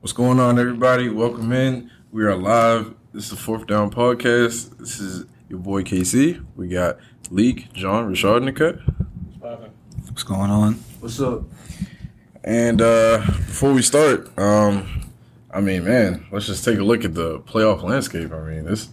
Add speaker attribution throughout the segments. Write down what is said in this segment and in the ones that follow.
Speaker 1: What's going on, everybody? Welcome in. We are live. This is the Fourth Down Podcast. This is your boy KC. We got Leek, John, Richard, and the cut.
Speaker 2: What's going on?
Speaker 3: What's up?
Speaker 1: And uh, before we start, um, I mean, man, let's just take a look at the playoff landscape. I mean, this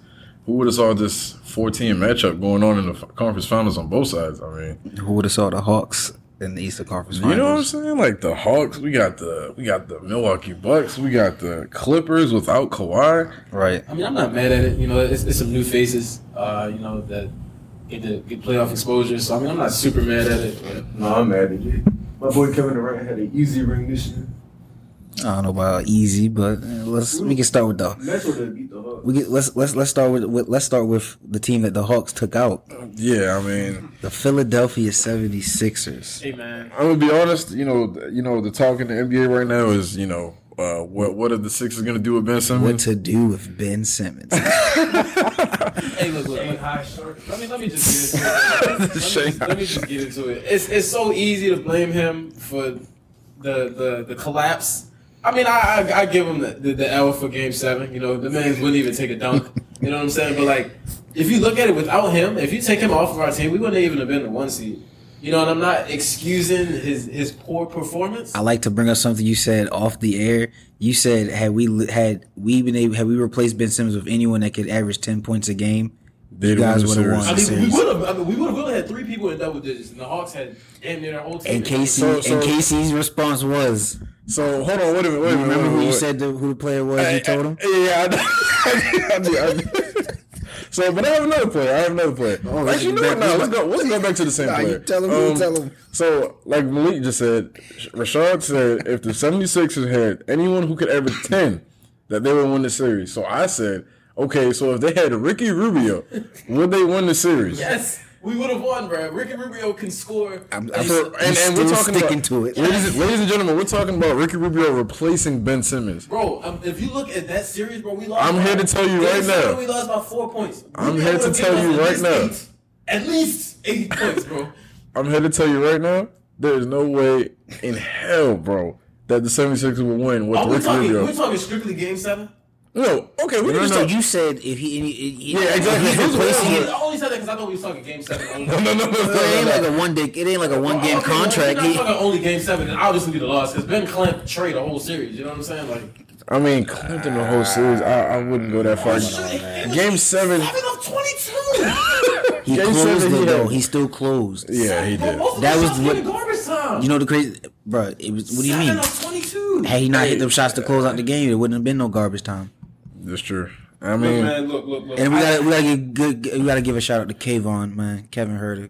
Speaker 1: who would have saw this 14 matchup going on in the f- conference finals on both sides? I mean,
Speaker 2: Who would have saw the Hawks in the Eastern Conference
Speaker 1: You
Speaker 2: Finals?
Speaker 1: know what I'm saying? Like the Hawks, we got the we got the Milwaukee Bucks, we got the Clippers without Kawhi.
Speaker 2: Right.
Speaker 3: I mean, I'm not mad at it. You know, it's, it's some new faces. Uh, you know that get the get playoff exposure. So I mean, I'm not super mad at it. But,
Speaker 4: No, I'm mad at you. My boy Kevin Durant had an easy ring this year.
Speaker 2: I don't know about easy, but uh, let's we can start with the
Speaker 4: That's what they beat the Hawks.
Speaker 2: we get, let's let's let's start with, with let's start with the team that the Hawks took out,
Speaker 1: Yeah, I mean,
Speaker 2: the Philadelphia 76ers.
Speaker 3: hey, man.
Speaker 1: I'm gonna be honest. You know, th- you know, the talk in the NBA right now is you know uh, what what are the Sixers gonna do with Ben
Speaker 2: What
Speaker 1: Simmons?
Speaker 2: to do with Ben Simmons?
Speaker 3: Hey, look, look. look. Let me let me just get into it. Let me just, let me just get into it. It's it's so easy to blame him for the the the collapse. I mean, I I, I give him the, the the L for Game Seven. You know, the man wouldn't even take a dunk. You know what I'm saying? But like, if you look at it without him, if you take him off of our team, we wouldn't even have been the one seed. You know, and I'm not excusing his his poor performance.
Speaker 2: I like to bring up something you said off the air. You said had we li- had we been able had we replaced Ben Simmons with anyone that could average ten points a game,
Speaker 1: They'd
Speaker 2: You guys
Speaker 1: win the
Speaker 2: would've
Speaker 1: series.
Speaker 2: won.
Speaker 3: I mean, we
Speaker 2: serious.
Speaker 3: would have. I mean, we would have really had three people in double digits, and the Hawks had damn near their whole team.
Speaker 2: and
Speaker 3: in double
Speaker 2: Casey
Speaker 1: So- so-
Speaker 2: and Casey's response was,
Speaker 1: So hold on, wait a minute, wait a minute.
Speaker 2: remember
Speaker 1: wait a
Speaker 2: who you
Speaker 1: minute.
Speaker 2: said the, who the player was? you told him.
Speaker 1: Yeah, I do. I do. I do. So, but I have another player. I have another player.
Speaker 2: Oh,
Speaker 1: Actually, you know what?
Speaker 2: that-
Speaker 1: No, let's go. Let's go back to the same
Speaker 2: Nah, you
Speaker 1: player. Um,
Speaker 2: tell him, you tell him.
Speaker 1: So, like Malik just said, Sh- Rashad said if the 76ers had anyone who could average 10, that they would win the series. So I said, okay, so if they had Ricky Rubio, would they win the series?
Speaker 3: Yes, we would have won, bro. Ricky Rubio can score.
Speaker 2: I'm-
Speaker 1: And
Speaker 2: I'm-
Speaker 1: so- and, and we're
Speaker 2: still
Speaker 1: talking
Speaker 2: sticking
Speaker 1: about,
Speaker 2: to it.
Speaker 1: Ladies, ladies and gentlemen, we're talking about Ricky Rubio replacing Ben Simmons.
Speaker 3: bro, um, if you look at that series, bro, we lost.
Speaker 1: I'm
Speaker 3: by-
Speaker 1: here to tell you
Speaker 3: Game
Speaker 1: right
Speaker 3: seven,
Speaker 1: now.
Speaker 3: We lost by four points.
Speaker 1: I'm
Speaker 3: Rubio
Speaker 1: here to
Speaker 3: would've
Speaker 1: tell
Speaker 3: given
Speaker 1: you
Speaker 3: us
Speaker 1: right
Speaker 3: at
Speaker 1: now.
Speaker 3: least eight- At least eight points, bro.
Speaker 1: I'm here to tell you right now, there is no way in hell, bro, that the 76ers will win with
Speaker 3: Are Oh, we
Speaker 1: Ricky
Speaker 3: talking?
Speaker 1: Rubio.
Speaker 3: We're talking strictly Game Seven.
Speaker 1: No, okay, we can
Speaker 2: No, no,
Speaker 1: just
Speaker 2: no.
Speaker 1: talk.
Speaker 2: You said if he, any- he-
Speaker 1: Yeah,
Speaker 2: if
Speaker 1: exactly.
Speaker 2: he's
Speaker 1: Here's what
Speaker 2: replacing
Speaker 1: Yeah.
Speaker 2: it.
Speaker 3: I only said that because I thought we was talking Game Seven. only.
Speaker 1: no, no, no, no,
Speaker 2: It ain't
Speaker 1: no,
Speaker 2: like
Speaker 1: no.
Speaker 2: a one day. It ain't like a one game
Speaker 3: Okay, well, if
Speaker 2: contract.
Speaker 3: You're not
Speaker 2: He,
Speaker 3: talking only Game Seven, and obviously we lost because Ben Clamp traded the whole series. You know what I'm saying? Like.
Speaker 1: I mean, Clinton the whole series, I, I wouldn't go that far. Game seven,
Speaker 3: Seven of twenty-two.
Speaker 2: he
Speaker 1: Game
Speaker 2: closed
Speaker 1: seven, he
Speaker 2: it though.
Speaker 1: had-
Speaker 2: He still closed.
Speaker 1: yeah, he
Speaker 3: But
Speaker 1: did.
Speaker 3: most of
Speaker 2: That
Speaker 3: the
Speaker 2: was
Speaker 3: shots
Speaker 2: what-
Speaker 3: came in garbage time.
Speaker 2: You know the crazy, bro. It was. What do you
Speaker 3: Seven
Speaker 2: mean?
Speaker 3: of twenty-two.
Speaker 2: Had he not hit them shots to close out the game, there wouldn't have been no garbage time.
Speaker 1: That's true. I
Speaker 3: Look,
Speaker 1: mean,
Speaker 3: man, look, look, look.
Speaker 2: And we
Speaker 3: I-
Speaker 2: gotta, we gotta give good. We gotta give a shout out to Kayvon, man. Kevin Herter,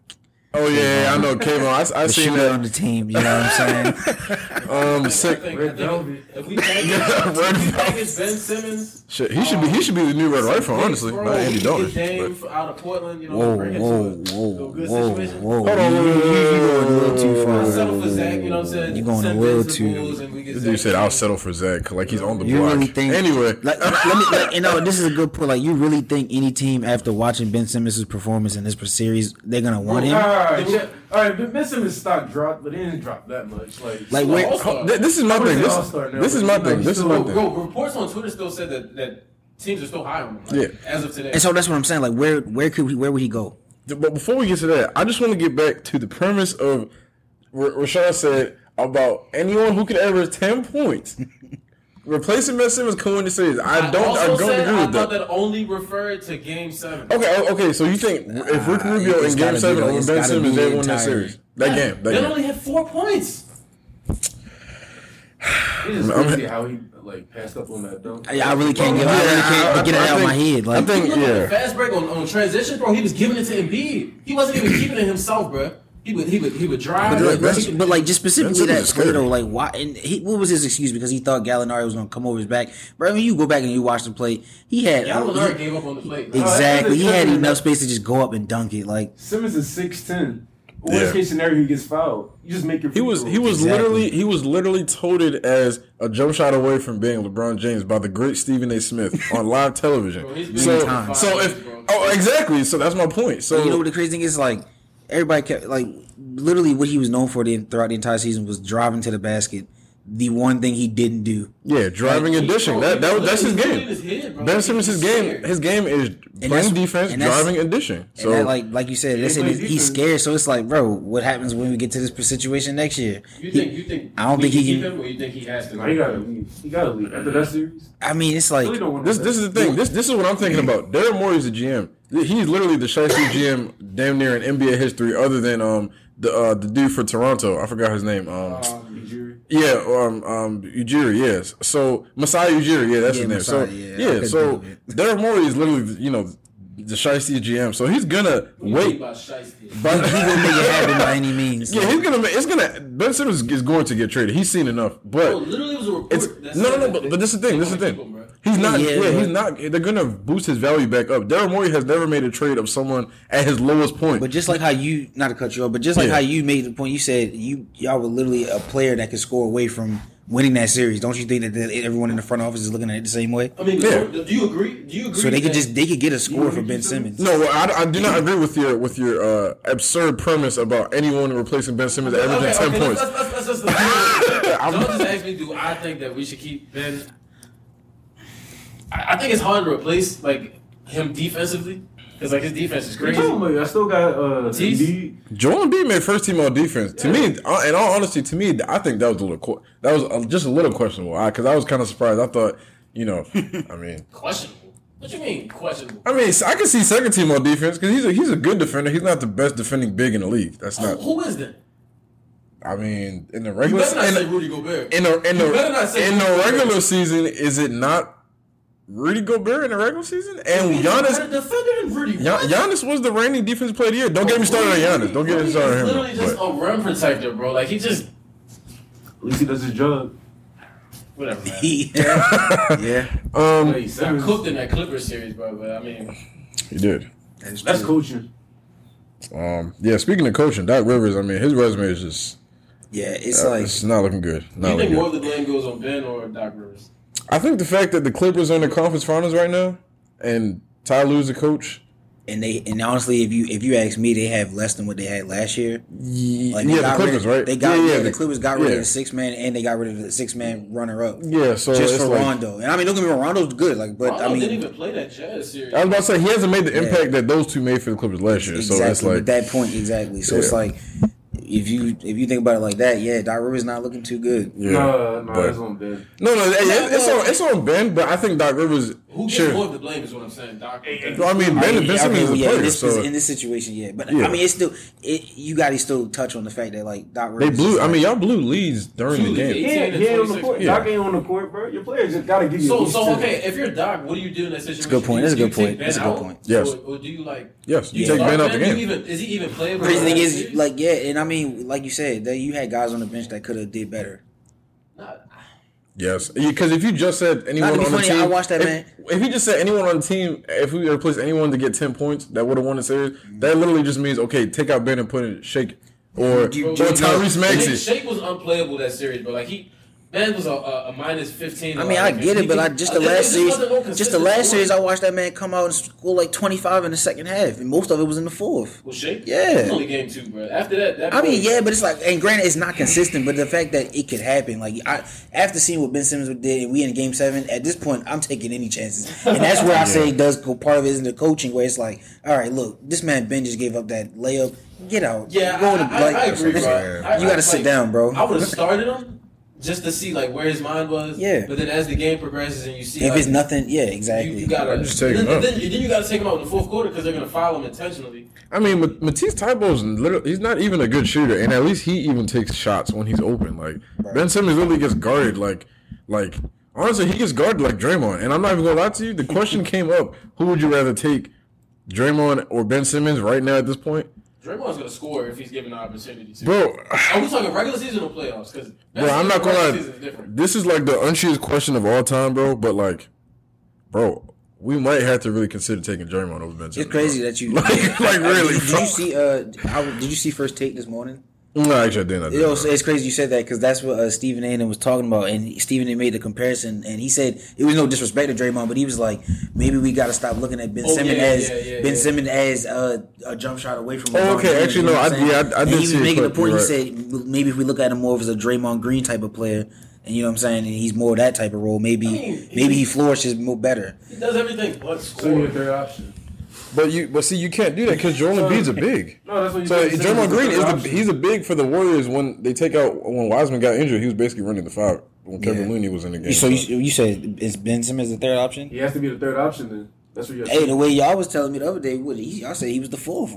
Speaker 1: oh yeah, yeah, I know Kayvon. I, I
Speaker 2: the
Speaker 1: seen
Speaker 2: shooter on
Speaker 1: that.
Speaker 2: the team. You know what I'm saying?
Speaker 1: Um,
Speaker 3: I
Speaker 1: sick.
Speaker 3: think, I think if we
Speaker 1: Red
Speaker 3: package Ben Simmons,
Speaker 1: Shit, he should be. He should be the new Red Rifle,
Speaker 3: Big
Speaker 1: honestly.
Speaker 3: Bro,
Speaker 1: Not Andy
Speaker 3: get Dame
Speaker 1: Dalton. but-
Speaker 3: f- out of Portland, you know,
Speaker 2: Whoa,
Speaker 3: bring him
Speaker 2: whoa,
Speaker 3: to a, to
Speaker 2: whoa,
Speaker 3: a good
Speaker 2: whoa,
Speaker 3: situation.
Speaker 2: whoa!
Speaker 1: Hold on,
Speaker 2: You,
Speaker 1: wait,
Speaker 2: you,
Speaker 1: wait,
Speaker 2: you
Speaker 1: wait,
Speaker 2: going a little
Speaker 1: wait,
Speaker 2: too
Speaker 1: wait,
Speaker 2: far.
Speaker 1: wait, wait,
Speaker 3: Settle for Zach, you know what I'm saying?
Speaker 2: You going a
Speaker 3: Send
Speaker 2: little
Speaker 3: Ben to
Speaker 2: too-
Speaker 3: the Bulls and we get
Speaker 1: This
Speaker 3: Zach
Speaker 1: dude said, "I'll
Speaker 3: Levine."
Speaker 1: settle for Zach, like he's on the
Speaker 2: You
Speaker 1: block."
Speaker 2: really think?
Speaker 1: anyway,
Speaker 2: like, let me. Like, you know, this is a good point. Like, you really think any team after watching Ben Simmons' performance in this series, they're gonna want
Speaker 4: All
Speaker 2: him?
Speaker 4: right, all right. But missing his stock dropped, but it didn't drop that much. Like,
Speaker 2: Like,
Speaker 3: He's
Speaker 2: wait,
Speaker 3: an all-star.
Speaker 1: Th- this is my
Speaker 4: I wouldn't
Speaker 1: thing.
Speaker 4: say
Speaker 1: This,
Speaker 4: all-star now,
Speaker 1: this is
Speaker 4: but
Speaker 1: my
Speaker 4: you know,
Speaker 1: thing.
Speaker 4: he's
Speaker 1: This is
Speaker 4: still
Speaker 1: my
Speaker 4: a
Speaker 1: thing.
Speaker 3: Bro, reports on Twitter still said that, that teams are still high on him. Like,
Speaker 1: Yeah.
Speaker 3: As of today.
Speaker 2: And so that's what I'm saying. Like, where, where could we, where would he go?
Speaker 1: But before we get to that, I just want to get back to the premise of R- Rashad said about anyone who can average ten points. Replacing Ben Simmons can win the series. I don't. I,
Speaker 3: also
Speaker 1: don't
Speaker 3: said,
Speaker 1: agree
Speaker 3: I
Speaker 1: with that.
Speaker 3: thought that only referred to Game 7.
Speaker 1: Okay. o- Okay. So you think if Rick
Speaker 2: Nah,
Speaker 1: Rubio
Speaker 2: it's
Speaker 1: in Game
Speaker 2: gotta
Speaker 1: Seven
Speaker 2: be the-
Speaker 1: over
Speaker 2: it's
Speaker 1: Ben
Speaker 2: gotta
Speaker 1: Simmons,
Speaker 2: be
Speaker 1: they
Speaker 2: the
Speaker 1: won that
Speaker 2: entire-
Speaker 1: series? That game. That
Speaker 3: They
Speaker 1: game.
Speaker 3: only had four points.
Speaker 4: it's just crazy how he like passed up on that dunk.
Speaker 2: I, I really can't get, I
Speaker 1: Yeah,
Speaker 2: really can't
Speaker 1: I-
Speaker 2: get it
Speaker 1: I
Speaker 2: out of my
Speaker 1: think-
Speaker 2: head. Like,
Speaker 1: I think-
Speaker 3: Look at
Speaker 1: Yeah.
Speaker 3: the fast break on, on transition, bro. He was giving it to Embiid. He wasn't even keeping it himself, bro. He would he would he would drive.
Speaker 2: But like,
Speaker 1: that's-
Speaker 3: he would-
Speaker 2: but like just specifically
Speaker 1: Simmons
Speaker 2: that
Speaker 1: is
Speaker 2: play
Speaker 1: scary.
Speaker 2: though, like why? And he, what was his excuse? Because he thought Gallinari was gonna come over his back. But I mean, you go back and you watch the play. He had
Speaker 3: Gallinari gave up on the plate.
Speaker 2: he- exactly. He had
Speaker 4: Oh, that's-
Speaker 2: enough space to just go up and dunk it. Like
Speaker 4: Simmons is six ten. Worst
Speaker 1: Yeah.
Speaker 4: case scenario, he gets fouled. You just make your.
Speaker 1: He was he was
Speaker 2: Exactly.
Speaker 1: literally he was literally toted as a jump shot away from being LeBron James by the great Stephen A. Smith on live television.
Speaker 3: Bro, he's been
Speaker 1: so
Speaker 3: in five
Speaker 1: so
Speaker 3: years,
Speaker 1: if
Speaker 3: bro.
Speaker 1: oh exactly so that's my point. So
Speaker 2: you know what the crazy thing is? Like everybody kept like literally what he was known for the, throughout the entire season was driving to the basket, the one thing he didn't do.
Speaker 1: Yeah, driving and
Speaker 2: oh,
Speaker 1: dishing. That, that, that's his game. Ben Simmons, his game, his game is
Speaker 2: that's-
Speaker 1: playing defense,
Speaker 2: and that's-
Speaker 1: driving and dishing.
Speaker 2: And that,
Speaker 1: So
Speaker 2: like like you said, that's it,
Speaker 4: play
Speaker 2: he's
Speaker 4: defense.
Speaker 2: scared. So it's like, bro, what happens when we get to this situation next year?
Speaker 3: You
Speaker 2: He-
Speaker 3: think you think
Speaker 2: I don't
Speaker 3: we
Speaker 2: think he
Speaker 3: keep
Speaker 2: can-
Speaker 3: him, or you think he has to?
Speaker 4: Nah, he gotta leave. He gotta leave after that series.
Speaker 2: I mean, it's
Speaker 4: Really
Speaker 2: like
Speaker 4: don't want
Speaker 1: this this is the thing. This this is what I'm thinking about. Daryl Morey is the GM. He's literally the shiesty GM, damn near in NBA history, other than um the uh, the dude for Toronto. I forgot his name. Um,
Speaker 2: Uh,
Speaker 4: injury.
Speaker 1: Yeah, um, um, Ujiri, yes. So Masai Ujiri, yeah, that's
Speaker 2: Yeah,
Speaker 1: his name. so
Speaker 2: Masai, yeah, I
Speaker 1: yeah,
Speaker 2: couldn't
Speaker 1: so
Speaker 2: think of
Speaker 1: Derek Morey is literally, you know, the shiesty GM. So he's gonna wait.
Speaker 3: About Shiesty.
Speaker 1: But
Speaker 2: he didn't make it happen by any means.
Speaker 1: yeah, he's gonna. ma- It's gonna. Ben Simmons is going to get traded. He's seen enough. But
Speaker 3: Bro, Oh, literally, it was a report.
Speaker 1: it's
Speaker 3: that
Speaker 1: no, no, no.
Speaker 3: said that
Speaker 1: But,
Speaker 3: they-
Speaker 1: but this is the
Speaker 3: they
Speaker 1: thing. This is the
Speaker 3: wanna keep him,
Speaker 1: thing.
Speaker 3: bro.
Speaker 1: He's not.
Speaker 2: Yeah,
Speaker 1: Yeah, he's not.
Speaker 2: but-
Speaker 1: They're gonna boost his value back up. Daryl Morey has never made a trade of someone at his lowest point.
Speaker 2: But just like how you, not to cut you off, but just like
Speaker 1: Yeah.
Speaker 2: how you made the point, you said you y'all were literally a player that could score away from winning that series. Don't you think that, that everyone in the front office is looking at it the same way?
Speaker 3: I mean,
Speaker 1: Yeah.
Speaker 3: do you agree? Do Oh, you agree?
Speaker 2: So they could
Speaker 3: that-
Speaker 2: just they could get a score for
Speaker 4: agree,
Speaker 2: Ben
Speaker 4: Simmons?
Speaker 1: no,
Speaker 2: Simmons.
Speaker 1: well, I, I do not agree with your with your uh, absurd premise about anyone replacing Ben Simmons
Speaker 3: Okay,
Speaker 1: averaging
Speaker 3: okay,
Speaker 1: ten
Speaker 3: let's-
Speaker 1: points.
Speaker 3: Let's, let's, let's, let's, Don't just ask me. Do I think that we should keep Ben? I, I think it's hard to replace like him defensively because like his defense is crazy.
Speaker 4: Tell him, like, I still got uh,
Speaker 3: Tease?
Speaker 4: Embiid.
Speaker 1: Joel Embiid made first team all defense. To me, uh, in all honesty, to me, I think that was a little que- that was uh, just a little questionable. Because I was kind of surprised. I thought, you know, I mean,
Speaker 3: Questionable. What you mean questionable?
Speaker 1: I mean, I can see second team all defense because he's a, he's a good defender. He's not the best defending big in the league. That's
Speaker 3: Who,
Speaker 1: not.
Speaker 3: who is that?
Speaker 1: I mean, in the
Speaker 3: You
Speaker 1: regular
Speaker 3: better not
Speaker 1: in
Speaker 3: say
Speaker 1: the
Speaker 3: Rudy Gobert.
Speaker 1: in the, in
Speaker 3: You better not
Speaker 1: the,
Speaker 3: say
Speaker 1: in the
Speaker 3: Rudy
Speaker 1: regular
Speaker 3: Gobert.
Speaker 1: season, is it not Rudy Gobert in the regular season?
Speaker 3: He's
Speaker 1: And
Speaker 3: a better
Speaker 1: Giannis.
Speaker 3: defender than Rudy.
Speaker 1: Gian-
Speaker 3: What?
Speaker 1: Giannis was the reigning defensive player of the year. Don't get me started on Giannis. Don't get me
Speaker 3: Rudy
Speaker 1: started
Speaker 3: is
Speaker 1: on
Speaker 3: Literally
Speaker 1: him.
Speaker 3: just
Speaker 1: but-
Speaker 3: a rim protector, bro. Like he just
Speaker 4: At least he does his job.
Speaker 3: whatever. Man.
Speaker 2: yeah, yeah,
Speaker 1: Um,
Speaker 4: Hey,
Speaker 3: He got
Speaker 4: Simmons,
Speaker 3: cooked in that Clippers series, bro. But I mean,
Speaker 1: he did.
Speaker 2: that's,
Speaker 4: that's
Speaker 2: true.
Speaker 4: coaching.
Speaker 1: Um, yeah, speaking of coaching, Doc Rivers, I mean, his resume is just
Speaker 2: Yeah, it's
Speaker 1: uh,
Speaker 2: like
Speaker 1: it's not looking good.
Speaker 3: do
Speaker 1: Not
Speaker 3: you think
Speaker 1: looking
Speaker 3: more
Speaker 1: good.
Speaker 3: of the blame goes on Ben or Doc Rivers?
Speaker 1: I think the fact that the Clippers are in the conference finals right now and Ty Lue's the coach.
Speaker 2: and they and honestly, if you if you ask me, they have less than what they had last year.
Speaker 1: y-
Speaker 2: Like they
Speaker 1: yeah, the
Speaker 2: got rid-
Speaker 1: Clippers, right?
Speaker 2: They got
Speaker 1: yeah, yeah,
Speaker 2: the Clippers got rid
Speaker 1: yeah.
Speaker 2: of the six man and they got rid of the six man runner up.
Speaker 1: Yeah, so
Speaker 2: just
Speaker 1: it's
Speaker 2: for
Speaker 1: like,
Speaker 2: Rondo. And I mean, don't get me wrong, Rondo's good. Like, but
Speaker 3: Rondo
Speaker 2: I mean,
Speaker 3: didn't even play that Jazz series.
Speaker 1: I was about to say he hasn't made the impact that those two made for the Clippers last year.
Speaker 2: exactly
Speaker 1: So it's like
Speaker 2: at that point exactly. So it's
Speaker 1: Yeah.
Speaker 2: like if you if you think about it like that, yeah, Doc Rivers not looking too good.
Speaker 1: yeah.
Speaker 4: nah, nah,
Speaker 1: but-
Speaker 4: that's on Ben.
Speaker 1: no, no, it-
Speaker 3: Yeah,
Speaker 1: it's
Speaker 3: well-
Speaker 1: on it's on Ben, but I think Doc Rivers.
Speaker 3: Who gets
Speaker 1: sure.
Speaker 3: more of the blame is what I'm saying, Doc.
Speaker 1: No, I mean, Ben, ben Simmons
Speaker 2: Yeah, okay,
Speaker 1: is a
Speaker 2: well, yeah, in
Speaker 1: player,
Speaker 2: this,
Speaker 1: so
Speaker 2: in this situation, yeah. But
Speaker 1: Yeah.
Speaker 2: I mean, it's still it, you got to still touch on the fact that like Doc Rivers.
Speaker 1: they
Speaker 2: is
Speaker 1: blew. I
Speaker 2: like-
Speaker 1: mean, y'all blew leads during the
Speaker 3: Two
Speaker 1: game.
Speaker 3: leads.
Speaker 4: Yeah,
Speaker 3: and
Speaker 4: yeah, on the
Speaker 3: 26,
Speaker 4: court.
Speaker 1: yeah.
Speaker 4: Doc ain't on the court, bro. Your players just gotta give you. at
Speaker 3: so,
Speaker 4: least
Speaker 3: so
Speaker 4: ten.
Speaker 3: okay, if you're Doc, what do you do in that situation? That's
Speaker 2: a good point. That's a good point.
Speaker 3: Ben
Speaker 2: That's a good
Speaker 3: out,
Speaker 2: point.
Speaker 1: Yes.
Speaker 3: Or, or do you like?
Speaker 1: Yes,
Speaker 3: do
Speaker 1: you take
Speaker 3: start
Speaker 1: Ben out the
Speaker 3: Do you
Speaker 1: game.
Speaker 3: even, is he even playing?
Speaker 2: crazy thing
Speaker 3: that
Speaker 2: is
Speaker 3: series?
Speaker 2: like yeah, and I mean, like you said, that you had guys on the bench that could have did better.
Speaker 3: Not-
Speaker 1: Yes, because if you just said anyone
Speaker 2: be
Speaker 1: on the
Speaker 2: funny,
Speaker 1: team,
Speaker 2: I watched that,
Speaker 1: if,
Speaker 2: man.
Speaker 1: If you just said anyone on the team, if we replaced anyone to get ten points, that would have won the series. That literally just means okay, take out Ben and put in Shake or
Speaker 2: Do you-
Speaker 1: or
Speaker 2: do you
Speaker 1: Tyrese
Speaker 2: know-
Speaker 3: Shake,
Speaker 1: Maxey.
Speaker 3: Shake was unplayable that series, but like he, Ben was a, a, a minus fifteen.
Speaker 2: I mean, I get it, but I just the last series, just the last series, I watched that man come out and score like twenty five in the second half, and most of it was in the fourth.
Speaker 3: Well, Shake,
Speaker 2: Yeah.
Speaker 3: It was only game two, bro. After that, that
Speaker 2: I mean,
Speaker 3: point-
Speaker 2: yeah, but it's like, and granted, it's not consistent. But the fact that it could happen, like, I after seeing what Ben Simmons did, and we in Game Seven, at this point, I'm taking any chances, and that's where I say it does go. Part of it is in the coaching, where it's like, all right, look, this man Ben just gave up that layup. Get out.
Speaker 3: Yeah,
Speaker 2: Go
Speaker 3: I,
Speaker 2: in the-
Speaker 3: I,
Speaker 2: like,
Speaker 3: I agree, bro.
Speaker 1: Yeah.
Speaker 3: I-
Speaker 2: You got to
Speaker 3: I-
Speaker 2: sit
Speaker 3: like,
Speaker 2: down, bro.
Speaker 3: I would have started him just to see like where his mind was.
Speaker 2: Yeah.
Speaker 3: But then as the game progresses and you see,
Speaker 2: if
Speaker 3: like,
Speaker 2: it's nothing, yeah,
Speaker 3: you,
Speaker 2: exactly.
Speaker 3: you gotta
Speaker 1: I'm just taking
Speaker 3: then,
Speaker 1: him
Speaker 3: then, then you gotta take him out in the fourth quarter because they're gonna foul him intentionally.
Speaker 1: I mean, Ma- Matisse Tybo's literally—he's not even a good shooter, and at least he even takes shots when he's open. Like Ben Simmons literally gets guarded, like, like honestly, he gets guarded like Draymond. And I'm not even gonna lie to you. The question came up: Who would you rather take, Draymond or Ben Simmons? Right now, at this point,
Speaker 3: Draymond's gonna score if he's given the opportunity to.
Speaker 1: bro.
Speaker 3: Are we talking regular season or playoffs? Because
Speaker 1: Bro, I'm not gonna lie.
Speaker 3: Season is different.
Speaker 1: This is like the unshielded question of all time, bro. But like, bro, we might have to really consider taking Draymond over Ben.
Speaker 2: it's crazy that you
Speaker 1: Like- like, really,
Speaker 2: Did,
Speaker 1: bro.
Speaker 2: you see? Uh, I, did you see first take this morning?
Speaker 1: No, actually, I didn't. I
Speaker 2: It
Speaker 1: didn't.
Speaker 2: was, it's crazy you said that because that's what uh, Stephen A. was talking about, and he- Stephen A. made the comparison, and he said it was no disrespect to Draymond, but he was like, maybe we got to stop looking at Ben
Speaker 3: Oh,
Speaker 2: Simmons
Speaker 3: yeah,
Speaker 2: as
Speaker 3: yeah, yeah,
Speaker 2: Ben
Speaker 3: yeah.
Speaker 2: Simmons as uh, a jump shot away from.
Speaker 1: Oh,
Speaker 2: LeBron
Speaker 1: okay,
Speaker 2: James,
Speaker 1: actually,
Speaker 2: you know
Speaker 1: no,
Speaker 2: what
Speaker 1: I-
Speaker 2: I'm saying?
Speaker 1: yeah, I- I did
Speaker 2: and he was
Speaker 1: see it,
Speaker 2: making the
Speaker 1: but
Speaker 2: point. He
Speaker 1: you're
Speaker 2: said maybe if we look at him more as a Draymond Green type of player, And you know what I'm saying? And he's more that type of role. Maybe
Speaker 3: I mean, he-
Speaker 2: maybe he flourishes more better.
Speaker 3: He does everything but
Speaker 4: So you're
Speaker 3: score.
Speaker 4: your third option.
Speaker 1: But you, but see, you can't do that because Jordan Bede's a big.
Speaker 4: No, that's what you
Speaker 1: So
Speaker 4: said.
Speaker 1: Draymond Green is the,
Speaker 4: Option.
Speaker 1: he's a big for the Warriors when they take out when Wiseman got injured. He was basically running the five when Kevin
Speaker 2: Yeah.
Speaker 1: Looney was in the game.
Speaker 2: So you, you said is Ben Simmons the third option?
Speaker 4: He has to be the third option then. That's what you're
Speaker 2: Hey, the way y'all was telling me the other day, what he, y'all said he was the fourth.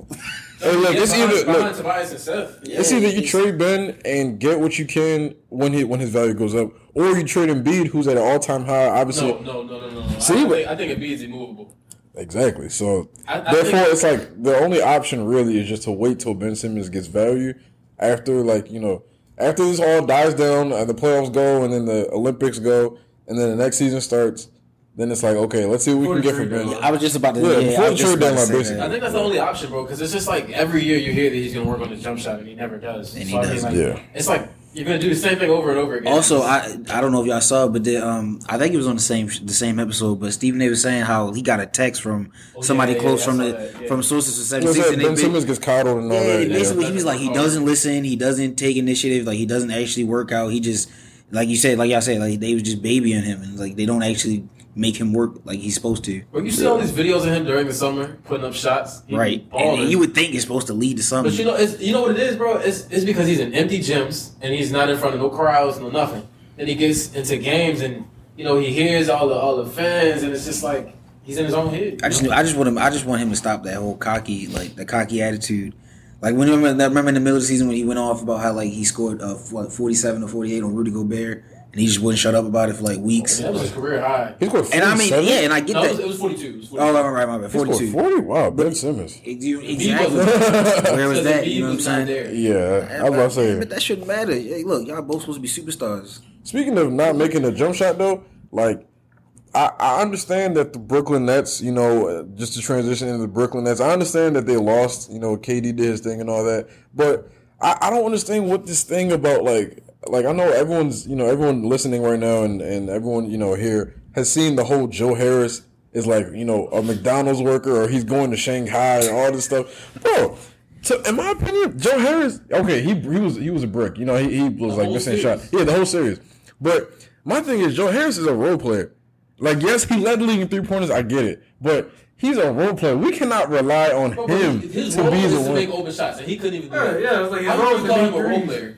Speaker 1: hey, look,
Speaker 3: Yeah,
Speaker 1: it's
Speaker 3: behind-
Speaker 1: either
Speaker 3: behind
Speaker 1: look,
Speaker 3: Tobias and Seth. Yeah.
Speaker 1: it's either you
Speaker 2: he's-
Speaker 1: trade Ben and get what you can when he when his value goes up, or you trade Embiid, who's at an all time high. Obviously,
Speaker 3: No, no, no, no, no. no.
Speaker 1: See,
Speaker 3: I,
Speaker 1: but-
Speaker 3: think, I think Embiid's immovable.
Speaker 1: Exactly. So
Speaker 3: I- I
Speaker 1: therefore,
Speaker 3: think-
Speaker 1: it's like the only option really is just to wait till Ben Simmons gets value after, like you know, after this all dies down and the playoffs go, and then the Olympics go, and then the next season starts. Then it's like, okay, let's see what we
Speaker 4: Before
Speaker 1: can
Speaker 4: the
Speaker 1: get from
Speaker 4: trade
Speaker 1: Ben.
Speaker 4: deadline.
Speaker 2: I was just about to.
Speaker 1: Yeah,
Speaker 2: Yeah,
Speaker 1: before
Speaker 2: I
Speaker 1: the
Speaker 2: was just
Speaker 1: trade
Speaker 2: about to
Speaker 1: deadline,
Speaker 2: say
Speaker 1: basically.
Speaker 3: I
Speaker 2: that.
Speaker 3: think that's the only option, bro. Because it's just like every year you hear that he's gonna work on his jump shot, and he never does.
Speaker 2: And he
Speaker 3: So, I mean,
Speaker 2: doesn't.
Speaker 3: like,
Speaker 1: Yeah.
Speaker 3: It's like you're gonna do the same thing over and over again.
Speaker 2: Also, I I don't know if y'all saw, it, but the, um, I think it was on the same the same episode. But Stephen A. was saying how he got a text from
Speaker 3: Oh,
Speaker 2: somebody
Speaker 3: yeah, yeah,
Speaker 2: close
Speaker 3: yeah,
Speaker 2: from
Speaker 3: I
Speaker 2: the
Speaker 3: saw that, yeah.
Speaker 2: from sources to seven
Speaker 1: What's
Speaker 2: six,
Speaker 1: that?
Speaker 2: and they
Speaker 1: Ben
Speaker 2: ba-
Speaker 1: Simmons gets coddled and all
Speaker 2: yeah,
Speaker 1: that.
Speaker 2: basically
Speaker 1: Yeah.
Speaker 2: he was like he doesn't listen, he doesn't take initiative, like he doesn't actually work out. He just like you said, like y'all said, like they was just babying him, and like they don't actually make him work like he's supposed to.
Speaker 3: Bro, you see all these videos of him during the summer putting up shots, He
Speaker 2: Right,
Speaker 3: balling.
Speaker 2: and you would think it's supposed to lead to something.
Speaker 3: But you know, it's, you know what it is, bro. It's, it's because he's in empty gyms and he's not in front of no crowds, no nothing. Then he gets into games and you know he hears all the all the fans, and it's just like he's in his own head.
Speaker 2: I just knew, I just want him I just want him to stop that whole cocky like the cocky attitude. Like when remember, remember in the middle of the season when he went off about how like he scored uh what forty seven or forty eight on Rudy Gobert and he just wouldn't shut up about it for like weeks.
Speaker 3: that was his career high.
Speaker 1: He's going
Speaker 2: And I mean yeah, and I get
Speaker 3: Oh, No, it was,
Speaker 2: that.
Speaker 3: it was 42. It was 42.
Speaker 2: Oh, right, right, right, right, forty two.
Speaker 1: forty. Wow, Ben Simmons.
Speaker 2: Exactly. Where was
Speaker 3: Because
Speaker 2: that?
Speaker 3: Embiid
Speaker 2: You know what I'm
Speaker 3: was not
Speaker 2: saying?
Speaker 3: there.
Speaker 1: Yeah, I was about to say.
Speaker 2: But that shouldn't matter. Hey, look, y'all both supposed to be superstars.
Speaker 1: Speaking of not making a jump shot, though, like I, I understand that the Brooklyn Nets, you know, uh, just to transition into the Brooklyn Nets, I understand that they lost. You know, KD did his thing and all that, but I, I don't understand what this thing about like like I know everyone's you know everyone listening right now and and everyone you know here has seen the whole Joe Harris is like you know a McDonald's worker or he's going to Shanghai and all this stuff, bro. So in my opinion, Joe Harris, okay, he he was he was a brick. You know, he, he was like
Speaker 3: whole
Speaker 1: missing
Speaker 3: series.
Speaker 1: shots. Yeah, the whole series. But my thing is, Joe Harris is a role player. Like, yes, he led the league in three pointers. I get it, but he's a role player. We cannot rely on
Speaker 3: Bro, but
Speaker 1: him
Speaker 3: his
Speaker 1: to
Speaker 3: role
Speaker 1: be
Speaker 3: is
Speaker 1: the
Speaker 3: to make
Speaker 1: one.
Speaker 3: open shots, and he couldn't even. do
Speaker 4: Yeah,
Speaker 3: that.
Speaker 4: yeah, it's like his
Speaker 3: How
Speaker 4: role
Speaker 3: do
Speaker 4: is
Speaker 3: you
Speaker 4: to
Speaker 3: call
Speaker 4: make
Speaker 3: him a role
Speaker 4: threes.
Speaker 3: player?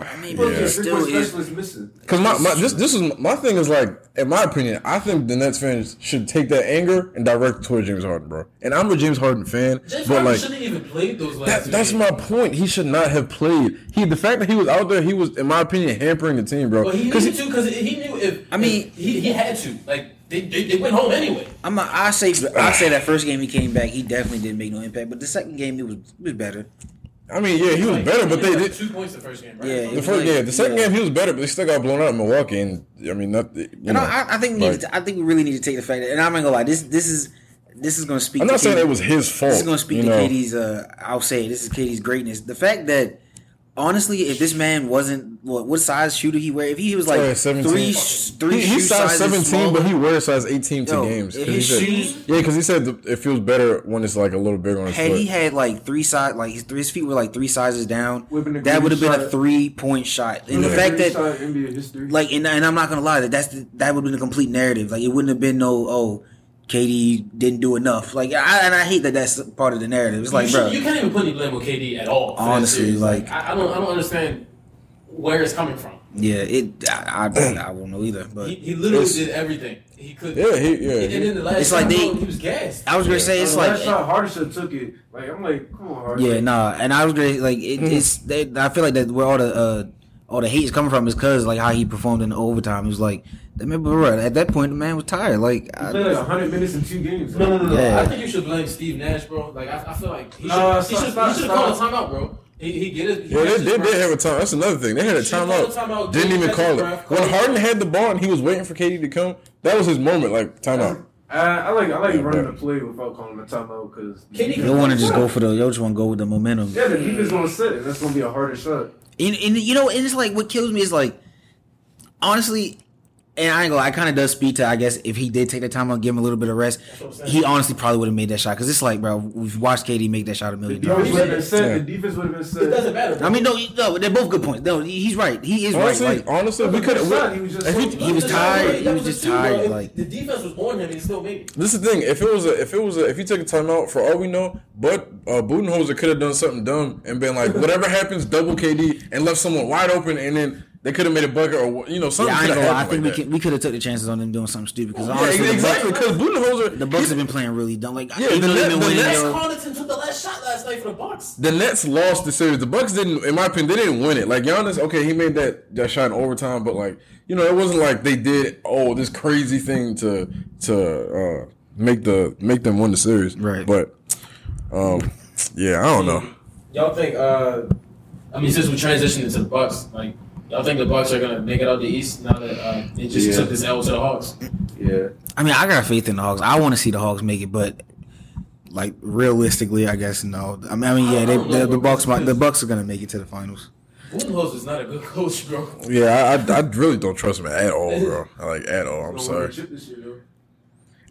Speaker 2: I mean,
Speaker 4: Look,
Speaker 2: but
Speaker 4: your
Speaker 2: it still
Speaker 4: three-point
Speaker 2: is.
Speaker 4: specialist missing.
Speaker 1: Because my, my this this is my thing is like, in my opinion, I think the Nets fans should take that anger and direct it toward James Harden, bro. And I'm a James Harden fan, but
Speaker 3: James Harden
Speaker 1: like.
Speaker 3: shouldn't even played those last.
Speaker 1: That,
Speaker 3: two
Speaker 1: that's my
Speaker 3: games.
Speaker 1: point. He should not have played. He the fact that he was out there, he was, in my opinion, hampering the team, bro.
Speaker 3: But he
Speaker 1: Because
Speaker 3: needed to because he knew if
Speaker 2: I mean-
Speaker 3: if he, he had to like they, they, they went home anyway.
Speaker 2: I'm not, I say I say that first game he came back, he definitely didn't make no impact. But the second game, it was it was better.
Speaker 1: I mean, yeah, he was
Speaker 3: Like,
Speaker 1: better, but
Speaker 3: he
Speaker 1: they
Speaker 3: had
Speaker 1: did.
Speaker 3: two points the first game. Right?
Speaker 2: Yeah,
Speaker 3: So
Speaker 2: it
Speaker 1: The
Speaker 2: was
Speaker 3: it's
Speaker 1: first
Speaker 2: like-
Speaker 1: yeah, the second
Speaker 2: yeah.
Speaker 1: game he was better, but they still got blown out in Milwaukee, and I mean, not you know.
Speaker 2: And I, I think we
Speaker 1: like-
Speaker 2: need to, I think we really need to take the fact that, and I'm not gonna lie, this this is this is gonna speak.
Speaker 1: I'm
Speaker 2: to
Speaker 1: not saying
Speaker 2: Katie-
Speaker 1: it was his fault.
Speaker 2: This is gonna speak
Speaker 1: you
Speaker 2: to
Speaker 1: know.
Speaker 2: Katie's. Uh, I'll say it, this is Katie's greatness. The fact that honestly, if this man wasn't what, what size shoe did he wear? If he was like
Speaker 1: Yeah, 17.
Speaker 2: three sh- three
Speaker 1: He,
Speaker 2: shoe
Speaker 1: he's size
Speaker 2: sizes
Speaker 1: 17, but
Speaker 2: smaller-
Speaker 1: he wears size 18 to
Speaker 2: Yo,
Speaker 1: games. 'Cause
Speaker 2: if
Speaker 1: he
Speaker 2: his
Speaker 1: said-
Speaker 2: shoes-
Speaker 1: yeah, because he said the, it feels better when it's like a little bigger on his
Speaker 2: had
Speaker 1: foot.
Speaker 2: he had like three size like his, three- his feet were like three sizes down,
Speaker 4: Would've been a
Speaker 2: that
Speaker 4: great
Speaker 2: would have been a
Speaker 4: shot.
Speaker 2: three point shot. And the fact that
Speaker 4: Inside NBA history.
Speaker 2: like and, and I'm not gonna lie that that's the, that would have been a complete narrative. Like it wouldn't have been no oh Katie didn't do enough. Like I and I hate that that's part of the narrative. It's like
Speaker 3: you,
Speaker 2: bro,
Speaker 3: should- you can't even put any blame on KD at all. for that
Speaker 2: Honestly,
Speaker 3: series.
Speaker 2: like-
Speaker 3: I, I don't I don't understand where it's coming from.
Speaker 2: yeah, it I I, I won't know either. But
Speaker 3: He, he literally
Speaker 1: It's-
Speaker 3: did everything he could.
Speaker 1: Yeah, he- yeah,
Speaker 3: And
Speaker 1: he-
Speaker 3: then the last
Speaker 2: It's like
Speaker 3: time
Speaker 2: they-
Speaker 3: he was gassed.
Speaker 2: I was gonna say
Speaker 4: Like,
Speaker 2: it's
Speaker 4: the
Speaker 2: like
Speaker 4: last shot Harden should took it. Like I'm like, come on, Harden.
Speaker 2: yeah nah, and I was gonna like it, it's they, I feel like that where all the uh, all the hate is coming from is because like how he performed in the overtime. It was like remember bro, at that point the man was tired. Like
Speaker 4: He
Speaker 2: I,
Speaker 4: played like 100 minutes in two games.
Speaker 3: No, no, no, no.
Speaker 2: Yeah.
Speaker 3: I think you should blame Steve Nash, bro. Like I, I feel like he should
Speaker 4: No,
Speaker 3: he
Speaker 4: stop,
Speaker 3: should,
Speaker 4: stop,
Speaker 3: he should
Speaker 4: stop.
Speaker 3: call a timeout, bro. He, he get it.
Speaker 1: yeah, they, they did have a time. That's another thing. They had a
Speaker 3: Shit, call the
Speaker 1: timeout.
Speaker 3: timeout,
Speaker 1: Didn't
Speaker 3: dude.
Speaker 1: even
Speaker 3: That's a
Speaker 1: call it.
Speaker 3: draft.
Speaker 1: When
Speaker 3: Call the
Speaker 1: Harden
Speaker 3: timeout.
Speaker 1: had the ball and he was waiting for KD to come, that was his moment. Like timeout.
Speaker 4: I, I like I like
Speaker 1: Yeah,
Speaker 4: running
Speaker 1: bro.
Speaker 4: the play without calling a timeout because
Speaker 3: KD
Speaker 2: you want to just go for the you just want to go with the momentum.
Speaker 4: yeah, the defense gonna set it. That's gonna be a harder shot.
Speaker 2: And, and you know, and it's like what kills me is like, honestly, and I ain't gonna. lie, I kind of does speak to. I guess if he did take the time out, give him a little bit of rest, he honestly probably would have made that shot. Because it's like, bro, we've watched KD make that shot a million times.
Speaker 4: defense would have been
Speaker 1: Yeah.
Speaker 4: set. The defense would have been
Speaker 3: It doesn't
Speaker 4: set.
Speaker 3: matter. bro.
Speaker 2: I mean, no, he- no, they're both good points. No, he- he's right. He is
Speaker 1: Honestly,
Speaker 2: right. Like,
Speaker 1: honestly, we could.
Speaker 4: He was just.
Speaker 1: If
Speaker 2: he was
Speaker 3: That
Speaker 2: tired.
Speaker 3: that
Speaker 2: He was
Speaker 3: a
Speaker 2: just
Speaker 3: two, bro.
Speaker 2: tired,
Speaker 3: If
Speaker 2: like-
Speaker 3: the defense was on him. He still made it.
Speaker 1: This is the thing. If it was a, if it was a, if you take a timeout for all we know, but uh, Budenholzer could have done something dumb and been like, whatever happens, double KD, and left someone wide open, and then they could have made a bucket or you know something.
Speaker 2: yeah, I ain't
Speaker 1: could
Speaker 2: gonna.
Speaker 1: have
Speaker 2: lie, I
Speaker 1: happened like
Speaker 2: think we
Speaker 1: that.
Speaker 2: can, we could have took the chances on them doing something stupid. Because
Speaker 1: Yeah,
Speaker 2: honestly,
Speaker 1: ex- exactly. Because Budenholzer,
Speaker 2: the Bucks have been playing really dumb. Like,
Speaker 1: Yeah,
Speaker 2: even
Speaker 1: the
Speaker 2: though they've
Speaker 1: net-
Speaker 2: been
Speaker 1: the
Speaker 2: winning,
Speaker 1: net-
Speaker 2: they
Speaker 3: That's
Speaker 2: were-
Speaker 3: Connaughton took the last shot last night for the Bucks.
Speaker 1: the Nets lost the series. The Bucks didn't, in my opinion, they didn't win it. Like Giannis, okay, he made that that shot in overtime, but like you know, it wasn't like they did oh this crazy thing to to uh, make the make them win the series.
Speaker 2: Right.
Speaker 1: But um, yeah, I don't know.
Speaker 3: Y'all think? uh I mean, since we transitioned into the Bucks, like y'all think the Bucks are gonna make it out the East now that uh, they just
Speaker 4: Yeah.
Speaker 3: took this L to the Hawks?
Speaker 4: Yeah.
Speaker 2: I mean, I got faith in the Hawks. I want to see the Hawks make it, but like realistically, I guess no. I mean, I mean yeah, they, the, the Bucks, might- the Bucks are gonna make it to the finals.
Speaker 3: Budenholzer is not a good coach, bro.
Speaker 1: Yeah, I, I, I really don't trust him at all, bro. Like at all. I'm
Speaker 4: Don't win the
Speaker 1: sorry.
Speaker 4: chip this year, though.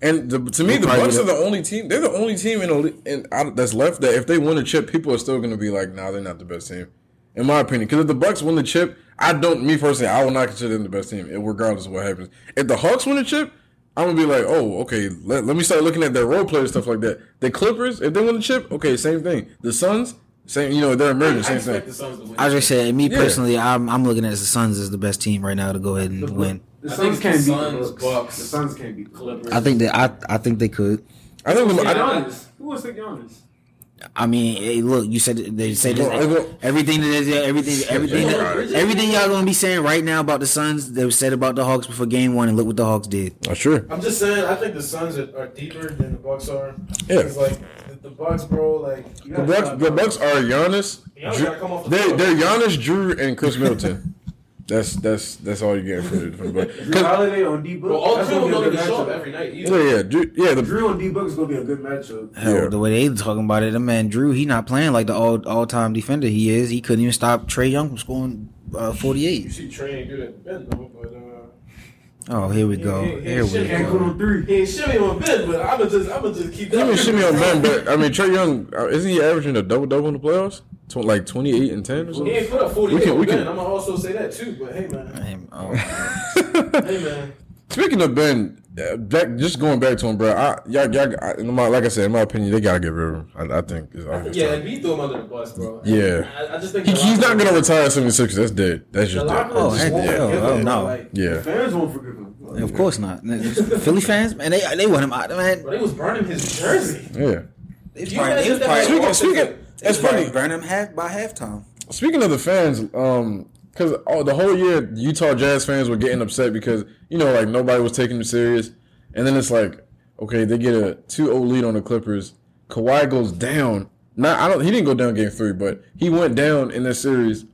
Speaker 1: And the, to me, the
Speaker 2: probably
Speaker 1: Bucks
Speaker 2: the-
Speaker 1: are the only team. They're the only team in, the le- in out, that's left that if they win a chip, people are still going to be like, "Nah, they're not the best team," in my opinion. Because if the Bucks win the chip, I don't. Me personally, I will not consider them the best team, regardless of what happens. If the Hawks win a chip, I'm gonna be like, "Oh, okay." Let, let me start looking at their role players stuff like that. The Clippers, if they win the chip, okay, same thing. The Suns, same. You know, they're emerging,
Speaker 3: I
Speaker 1: same
Speaker 3: expect
Speaker 1: thing.
Speaker 3: the Suns to win.
Speaker 2: I was gonna say, me
Speaker 1: Yeah.
Speaker 2: personally, I'm I'm looking at the Suns as the best team right now to go ahead and win.
Speaker 4: The
Speaker 3: I
Speaker 4: Suns
Speaker 3: think
Speaker 4: can't
Speaker 3: the
Speaker 4: beat
Speaker 3: Suns,
Speaker 4: the
Speaker 3: Bucks.
Speaker 4: Bucks. The Suns can't beat the Clippers.
Speaker 3: Clippers.
Speaker 2: I think that I I think they could.
Speaker 1: I think. The, I don't,
Speaker 4: Giannis. Who wants to take Giannis?
Speaker 2: I mean, hey, look, you said they said this,
Speaker 1: Bro, I go-
Speaker 2: everything that is everything everything
Speaker 1: yeah,
Speaker 2: that-
Speaker 1: all right.
Speaker 2: everything y'all gonna be saying right now about the Suns. They said about the Hawks before Game One, and look what the Hawks did.
Speaker 1: Oh, sure.
Speaker 3: I'm just saying. I think the Suns are, are deeper than the Bucks are.
Speaker 1: Yeah.
Speaker 3: It's like the, the Bucks, bro. Like you
Speaker 1: The
Speaker 3: gotta
Speaker 1: Bucks,
Speaker 3: stop-
Speaker 1: the Bucks are Giannis.
Speaker 3: Giannis
Speaker 1: Drew-
Speaker 3: gotta come off the
Speaker 1: they're,
Speaker 3: floor.
Speaker 1: they're Giannis, Drew, and Chris Middleton. that's that's that's all you get for the for the Bucks.
Speaker 4: Drew
Speaker 1: 'Cause-
Speaker 4: Holiday on D Book.
Speaker 3: Bro, all
Speaker 4: That's
Speaker 3: three of them
Speaker 4: gonna
Speaker 3: don't
Speaker 4: be a
Speaker 3: even
Speaker 4: good
Speaker 3: show up
Speaker 4: matchup.
Speaker 3: every night. Either.
Speaker 1: Yeah, yeah, Drew, yeah. The,
Speaker 4: Drew on D Book is gonna be a good matchup.
Speaker 2: Hell,
Speaker 1: Yeah.
Speaker 2: the way they talking about it, the man Drew, he not playing like the all all time defender he is. He couldn't even stop Trey Young from scoring uh, forty
Speaker 3: You
Speaker 2: eight.
Speaker 3: see, Trey ain't good at Ben though, but. Uh,
Speaker 2: Oh, here we go.
Speaker 3: Yeah, yeah,
Speaker 2: Here we
Speaker 3: shit,
Speaker 4: Can't put
Speaker 2: go.
Speaker 4: on three.
Speaker 3: He ain't shimmy on Ben, but I'ma just I'ma just keep that.
Speaker 1: even shimmy on man, but I mean Trey Young uh, isn't he averaging a double double in the playoffs? Tw- like twenty eight and ten or
Speaker 3: He
Speaker 1: something.
Speaker 3: ain't put up 48
Speaker 1: We can- we
Speaker 3: on Ben.
Speaker 1: can-
Speaker 3: I'ma also say that too. But hey man.
Speaker 2: Damn, oh.
Speaker 3: hey man.
Speaker 1: Speaking of Ben, uh, back, just going back to him, bro. I, y'all, y'all, I, in my, like I said, in my opinion, they gotta get rid of him. I, I think. It's obvious.
Speaker 3: Yeah, and we threw him under the bus, bro.
Speaker 1: Yeah.
Speaker 3: I, I just think
Speaker 1: He, he's not gonna retire 76. That's dead. That's just dead.
Speaker 2: Oh,
Speaker 1: That's just
Speaker 2: heck
Speaker 1: dead.
Speaker 2: no. Oh, no.
Speaker 1: Yeah.
Speaker 4: Fans won't forgive him.
Speaker 2: Of course not. Philly fans, man, they they want him out. Man,
Speaker 3: But they was burning his jersey.
Speaker 1: Yeah.
Speaker 2: they probably-
Speaker 3: You guys
Speaker 2: they
Speaker 3: did that
Speaker 2: probably-
Speaker 3: whole-
Speaker 1: Speaking, speaking, that's funny.
Speaker 2: burn him half by halftime.
Speaker 1: Speaking of the fans, um, because oh, the whole year Utah Jazz fans were getting upset because you know like nobody was taking them serious, and then it's like okay, they get a 2-0 lead on the Clippers. Kawhi goes down. Not I don't. He didn't go down game three, but he went down in that series,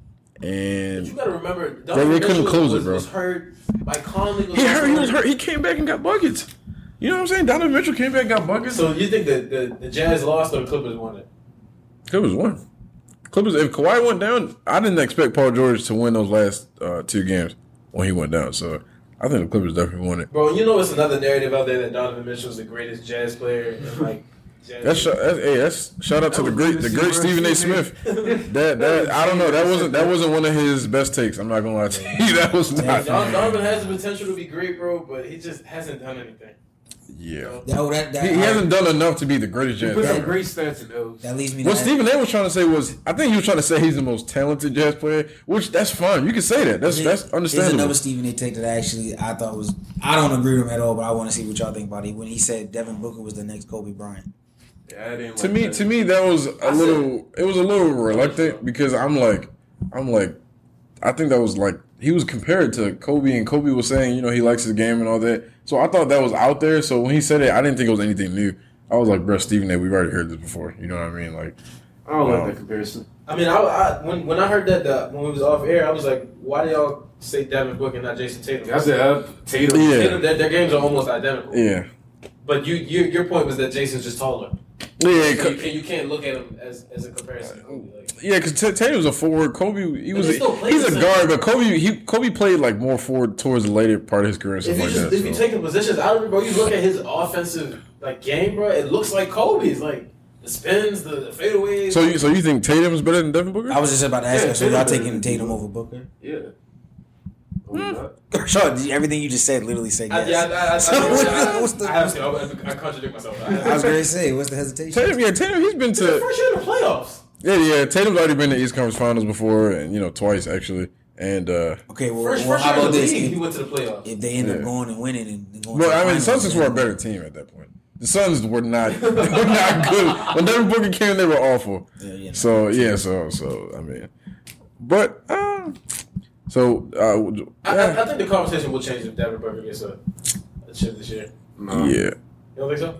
Speaker 3: You
Speaker 1: and
Speaker 3: gotta remember,
Speaker 1: they
Speaker 3: Donovan
Speaker 1: couldn't
Speaker 3: Mitchell
Speaker 1: close it,
Speaker 3: was,
Speaker 1: bro.
Speaker 3: Was hurt by Conley.
Speaker 1: he hurt. He was hurt. He came back and got buckets. You know what I'm saying? Donovan Mitchell came back and got buckets.
Speaker 3: So you think that the, the Jazz lost or the Clippers won it?
Speaker 1: Clippers won. Clippers. If Kawhi went down, I didn't expect Paul George to win those last uh, two games when he went down. So I think the Clippers definitely won it.
Speaker 3: Bro, you know it's another narrative out there that Donovan Mitchell is the greatest Jazz player. And like, jazz
Speaker 1: That's, sh- that's hey, that's shout out to the great the great Stephen A. Smith. That that I don't know. That wasn't that wasn't one of his best takes. I'm not gonna lie to you. That was
Speaker 3: Don-
Speaker 1: not.
Speaker 3: Donovan has the potential to be great, bro, but he just hasn't done anything.
Speaker 1: Yeah,
Speaker 2: That, that, that,
Speaker 1: he, he hasn't done enough to be the greatest
Speaker 4: He
Speaker 1: jazz
Speaker 4: put some
Speaker 1: player.
Speaker 4: great stats in those.
Speaker 2: that leads me.
Speaker 1: What
Speaker 2: to
Speaker 1: Stephen A. was trying to say was, I think he was trying to say he's the most talented jazz player, which that's fine. You can say that. That's that's
Speaker 2: There's another
Speaker 1: understandable.
Speaker 2: Stephen A. take that actually I thought was I don't agree with him at all, but I want to see what y'all think about it. When he said Devin Booker was the next Kobe Bryant,
Speaker 4: Yeah, I didn't
Speaker 1: to
Speaker 4: like
Speaker 1: me,
Speaker 4: that.
Speaker 1: to me, that was a
Speaker 3: said-
Speaker 1: little. It was a little reluctant because I'm like, I'm like, I think that was like he was compared to Kobe, and Kobe was saying, you know, he likes his game and all that. So I thought that was out there. So when he said it, I didn't think it was anything new. I was like, bro, Stephen, A, we've already heard this before. You know what I mean? Like,
Speaker 4: I don't
Speaker 1: Wow.
Speaker 2: Oh.
Speaker 4: like that comparison.
Speaker 3: I mean, I, I when when I heard that the, when we was off air, I was like, why do y'all say Devin Booker and not Jason Tatum?
Speaker 4: I said uh, Tatum.
Speaker 1: Yeah.
Speaker 3: Tatum, their, their games are almost identical.
Speaker 1: yeah,
Speaker 3: But you, you your point was that Jason's just taller.
Speaker 1: Yeah,
Speaker 3: So
Speaker 1: co-
Speaker 3: you, can, you can't look at him as, as a comparison. to Kobe, Like,
Speaker 1: Yeah, because Tatum's a forward. Kobe, he was
Speaker 3: they still
Speaker 1: a,
Speaker 3: play
Speaker 1: he's
Speaker 3: the
Speaker 1: a
Speaker 3: same.
Speaker 1: guard, but Kobe he Kobe played like more forward towards the later part of his career and
Speaker 3: if
Speaker 1: stuff
Speaker 3: you
Speaker 1: like
Speaker 3: just if you
Speaker 1: that. so.
Speaker 3: take the positions out of it, bro, you look at his offensive like game, bro. It looks like Kobe's, like the spins, the, the fadeaways.
Speaker 1: So you so you think Tatum is better than Devin Booker?
Speaker 2: I was just about to ask
Speaker 3: Yeah,
Speaker 2: you, so y'all
Speaker 3: Tatum-
Speaker 2: taking Tatum over Booker?
Speaker 3: yeah.
Speaker 2: Hmm. Sure, everything you just said literally said
Speaker 3: I,
Speaker 2: yes.
Speaker 3: yeah, I, I, I,
Speaker 2: So
Speaker 3: I,
Speaker 2: what-
Speaker 3: I,
Speaker 2: what's the-
Speaker 3: I have to. I, I contradict myself. I,
Speaker 2: I
Speaker 3: I,
Speaker 2: was going to say, what's the hesitation?
Speaker 1: Tatum, yeah, Tatum, he's been
Speaker 3: the
Speaker 1: to
Speaker 3: first year in the playoffs.
Speaker 1: yeah, yeah. Tatum's already been to East Conference Finals before, and you know twice actually. And uh
Speaker 2: Okay, well,
Speaker 3: First,
Speaker 2: well,
Speaker 3: first
Speaker 2: how
Speaker 3: year in
Speaker 2: about
Speaker 3: the
Speaker 2: this?
Speaker 3: league, he
Speaker 2: If,
Speaker 3: went to the playoffs.
Speaker 2: if they end up
Speaker 1: Yeah.
Speaker 2: going and winning and and going
Speaker 1: well,
Speaker 2: to
Speaker 1: I mean, the
Speaker 2: finals,
Speaker 1: Celtics were a
Speaker 2: then-
Speaker 1: better team at that point. The Suns were not they were not good when Devin Booker came. They were awful.
Speaker 2: Yeah, yeah.
Speaker 1: So yeah, so so I mean, but uh, so uh,
Speaker 3: I, I, I think the conversation will change if Devin Booker gets a, a chip this year.
Speaker 1: yeah.
Speaker 3: You don't think so?